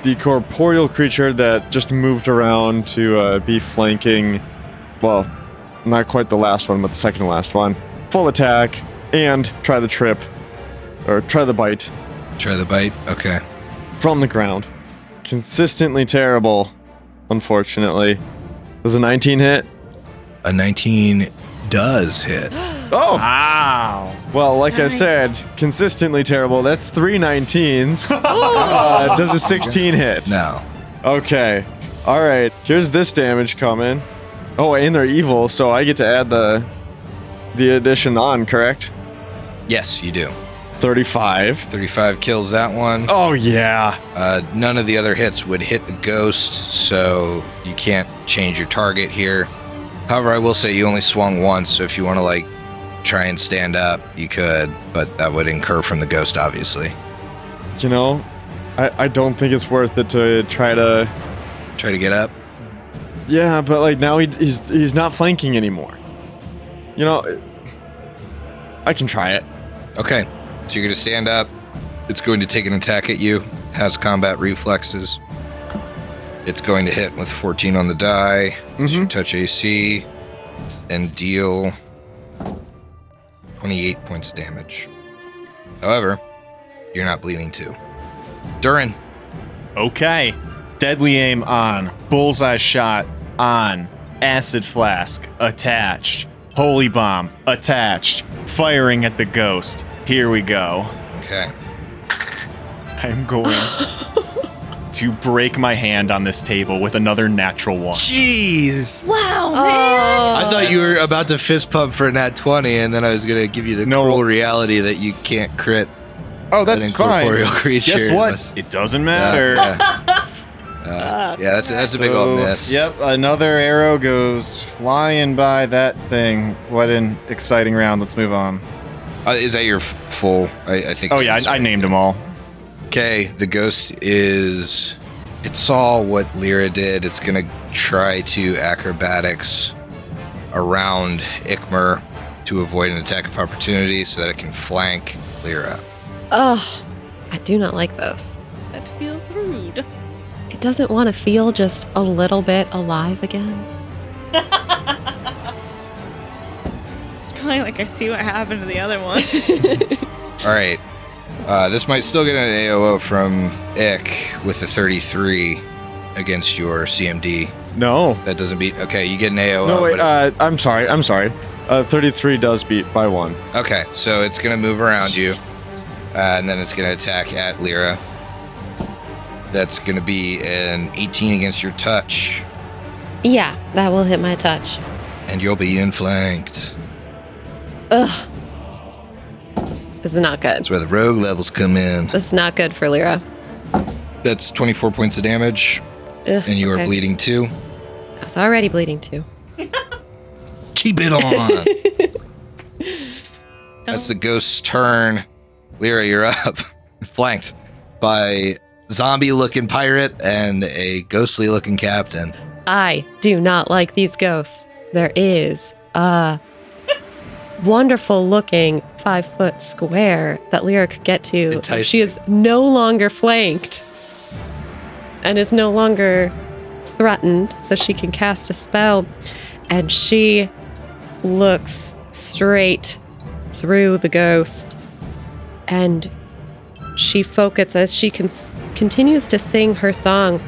Speaker 5: The corporeal creature that just moved around to uh, be flanking, well, not quite the last one, but the second to last one. Full attack and try the trip, or try the bite
Speaker 3: Try the bite. Okay.
Speaker 5: from the ground. Consistently terrible, unfortunately. Does a 19 hit?
Speaker 3: A 19 does hit.
Speaker 5: Oh!
Speaker 4: Wow.
Speaker 5: Well, like
Speaker 6: Nice.
Speaker 5: I said, consistently terrible. That's three 19s. Uh, does a 16 hit?
Speaker 3: No.
Speaker 5: Okay. All right. Here's this damage coming. Oh, and they're evil, so I get to add the the addition on, correct?
Speaker 3: Yes, you do.
Speaker 5: 35.
Speaker 3: 35 kills that one.
Speaker 5: Oh yeah.
Speaker 3: Uh, none of the other hits would hit the ghost, so you can't change your target here. However, I will say you only swung once, so if you want to like try and stand up, you could, but that would incur from the ghost, obviously.
Speaker 5: You know, I I don't think it's worth it to try to
Speaker 3: Try to get up.
Speaker 5: Yeah, but like now he, he's he's not flanking anymore. You know, I can try it.
Speaker 3: Okay, so you're gonna stand up. It's going to take an attack at you. Has combat reflexes. It's going to hit with 14 on the die. It should Touch AC and deal 28 points of damage. However, you're not bleeding too. Durin,
Speaker 4: Okay. Deadly aim on. Bullseye shot on. acid flask attached, holy bomb attached, firing at the ghost. Here we go.
Speaker 3: Okay.
Speaker 4: I'm going to break my hand on this table with another natural one.
Speaker 3: Jeez.
Speaker 1: Wow,
Speaker 3: Oh, I thought you were about to fist pump for a nat 20, and then I was going to give you the
Speaker 4: No.
Speaker 3: cruel reality that you can't crit
Speaker 4: Oh,
Speaker 3: an incorporeal creature.
Speaker 4: Guess
Speaker 3: unless-
Speaker 4: what? It doesn't matter.
Speaker 3: Yeah, yeah. Uh, yeah, that's, that's a big old
Speaker 4: So,
Speaker 3: miss.
Speaker 4: Oh, Yep, another arrow goes flying by that thing. What an exciting round. Let's move on.
Speaker 3: Uh, is that your f- full? I, I think.
Speaker 4: Oh, yeah, I, I named them all.
Speaker 3: Okay, the ghost is. It saw what Lyra did. It's gonna try to acrobatics around Ikmer to avoid an attack of opportunity so that it can flank Lyra.
Speaker 6: Oh, I do not like this.
Speaker 1: that feels rude.
Speaker 6: It doesn't want to feel just a little bit alive again.
Speaker 1: It's probably like I see what happened to the other one. [LAUGHS]
Speaker 3: All right. Uh, this might still get an AOO from Ick with a 33 against your CMD.
Speaker 5: No.
Speaker 3: That doesn't beat. Okay, you get an AOO.
Speaker 5: no, wait.
Speaker 3: but
Speaker 5: Uh, I'm sorry. I'm sorry. Uh, 33 does beat by one.
Speaker 3: it- okay, so it's gonna move around you, uh, and then it's gonna attack at Lyra. That's gonna be an 18 against your touch,
Speaker 6: Yeah, that will hit my touch.
Speaker 3: and you'll be inflanked.
Speaker 6: Ugh. This is not good.
Speaker 3: That's where the rogue levels come in.
Speaker 6: This is not good for Lyra.
Speaker 3: That's 24 points of damage,
Speaker 6: Ugh,
Speaker 3: and you are
Speaker 6: okay.
Speaker 3: bleeding too.
Speaker 6: I was already bleeding too.
Speaker 3: Keep it on.
Speaker 1: Don't-
Speaker 3: That's the ghost's turn. Lyra, you're up. [LAUGHS] Flanked by zombie looking pirate and a ghostly looking captain.
Speaker 6: I do not like these ghosts. There is a wonderful looking five foot square that Lyra could get to.
Speaker 3: Enticing.
Speaker 6: She is no longer flanked and is no longer threatened, so she can cast a spell. And she looks straight through the ghost and she focuses as she con- continues to sing her song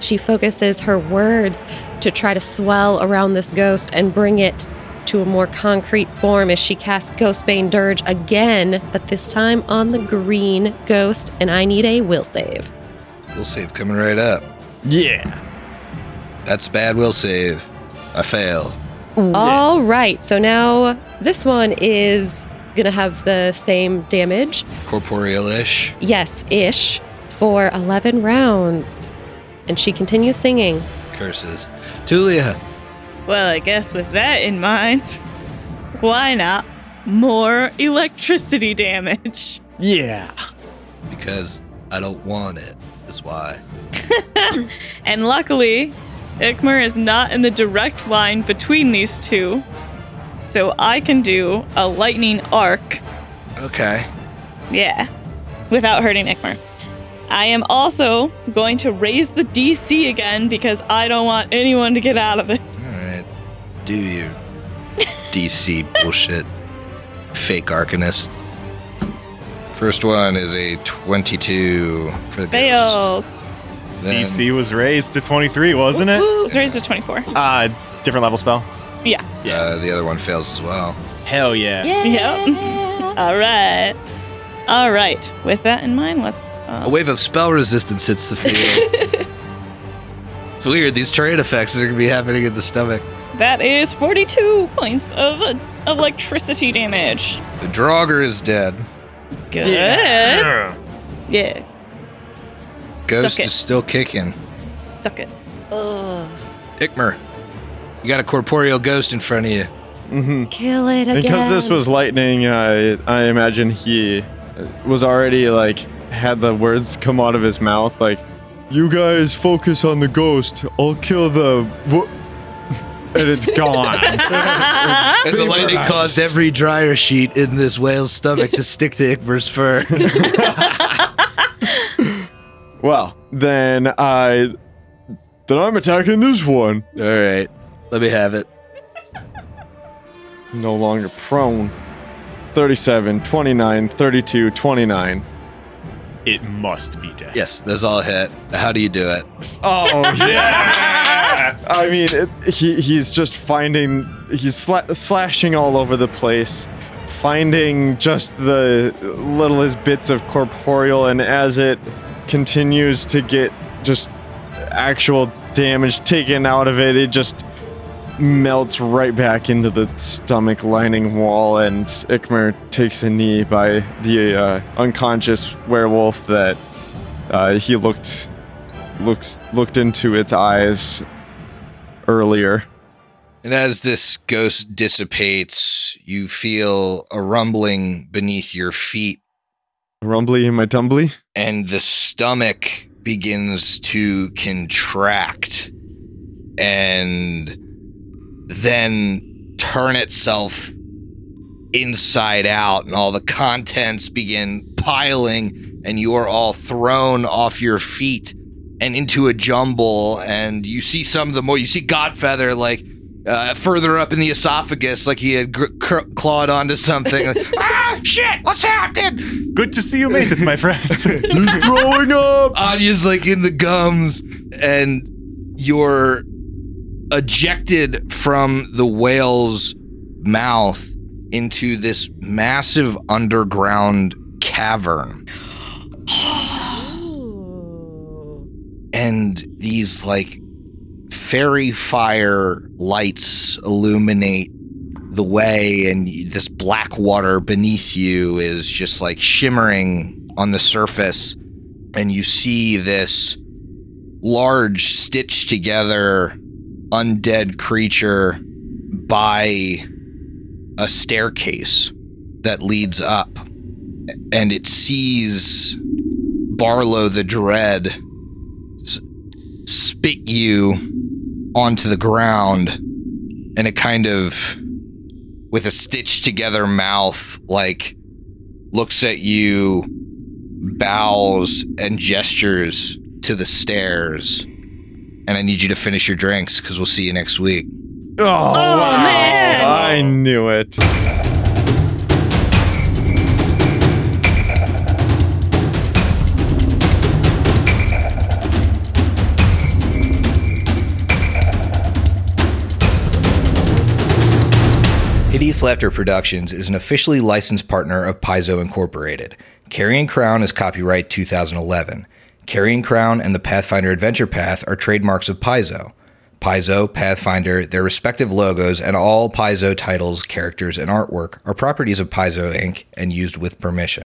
Speaker 6: she focuses her words to try to swell around this ghost and bring it to a more concrete form as she casts Ghostbane Dirge again, but this time on the green ghost, and I need a will save.
Speaker 3: Will save coming right up.
Speaker 5: Yeah.
Speaker 3: That's a bad will save. I fail.
Speaker 6: Oh, All right, so now this one is gonna have the same damage.
Speaker 3: Corporeal ish.
Speaker 6: Yes, ish, for 11 rounds. And she continues singing.
Speaker 3: Curses. Tulia.
Speaker 1: Well, I guess with that in mind, why not more electricity damage?
Speaker 5: Yeah.
Speaker 3: Because I don't want it. That's why.
Speaker 1: And luckily, Ikmer is not in the direct line between these two, so I can do a lightning arc.
Speaker 3: Okay.
Speaker 1: Yeah, without hurting Ikmer. I am also going to raise the DC again because I don't want anyone to get out of it.
Speaker 3: Alright. Do [LAUGHS] your DC bullshit. Fake Arcanist. First one is a 22 for the ghost.
Speaker 1: Fails.
Speaker 3: Then-
Speaker 4: DC was raised to 23, wasn't it?
Speaker 1: It was raised to 24.
Speaker 4: Uh, different level spell.
Speaker 1: Yeah.
Speaker 3: Uh, the other one fails as well.
Speaker 4: Hell yeah.
Speaker 5: [LAUGHS]
Speaker 1: Yep. All right. All right. With that in mind, let's.
Speaker 3: A
Speaker 1: Uh,
Speaker 3: wave of spell resistance hits the field. it's weird. These terrain effects are going to be happening in the stomach.
Speaker 1: that is 42 points of uh, electricity damage.
Speaker 3: The Draugr is dead.
Speaker 1: Good. Yeah.
Speaker 3: Ghost
Speaker 1: Suck it.
Speaker 3: is still kicking.
Speaker 1: Suck it.
Speaker 6: Ugh.
Speaker 3: Ikmer, you got a corporeal ghost in front of you.
Speaker 5: hmm
Speaker 6: Kill it again.
Speaker 5: Because this was lightning, uh, I imagine he was already like had the words come out of his mouth like, "You guys focus on the ghost. I'll kill the." wo-" [LAUGHS] And it's gone.
Speaker 3: And the lightning caused every dryer sheet in this whale's stomach to stick to Ikmer's fur.
Speaker 5: well, then I, then I'm attacking this one.
Speaker 3: All right. Let me have it.
Speaker 5: No longer prone. 37, 29, 32, 29.
Speaker 4: It must be dead.
Speaker 3: Yes, those all hit. How do you do it?
Speaker 5: Oh, yeah.
Speaker 4: Yeah.
Speaker 5: I mean, it, he he's just finding he's sla- slashing all over the place, finding just the littlest bits of corporeal, and as it continues to get just actual damage taken out of it, it just melts right back into the stomach lining wall, and Ikmer takes a knee by the uh, unconscious werewolf that uh, he looked looks looked into its eyes earlier.
Speaker 3: And as this ghost dissipates, you feel a rumbling beneath your feet,
Speaker 5: Rumbly in my tumbly.
Speaker 3: and the stomach begins to contract and then turn itself inside out, and all the contents begin piling, and you are all thrown off your feet and into a jumble. And you see some of the more, you see Godfeather like uh, further up in the esophagus, like he had gr- cr- clawed onto something. [LAUGHS] Like, ah, shit, what's happening?
Speaker 4: Good to see you made it, my friend.
Speaker 5: He's throwing up.
Speaker 3: Anya's like in the gums, and you're ejected from the whale's mouth into this massive underground cavern. And these like fairy fire lights illuminate the way, and this black water beneath you is just like shimmering on the surface and you see this large stitched together undead creature by a staircase that leads up and it sees Barlow the Dread s- spit you onto the ground and it kind of with a stitched together mouth like looks at you bows and gestures to the stairs. And I need you to finish your drinks because we'll see you next week.
Speaker 5: Oh, wow.
Speaker 1: man.
Speaker 5: I knew it.
Speaker 3: Hideous Laughter Productions is an officially licensed partner of Paizo Incorporated. Carrying Crown is copyright 2011. Carrying Crown and the Pathfinder Adventure Path are trademarks of Paizo. Paizo, Pathfinder, their respective logos, and all Paizo titles, characters, and artwork are properties of Paizo Inc. and used with permission.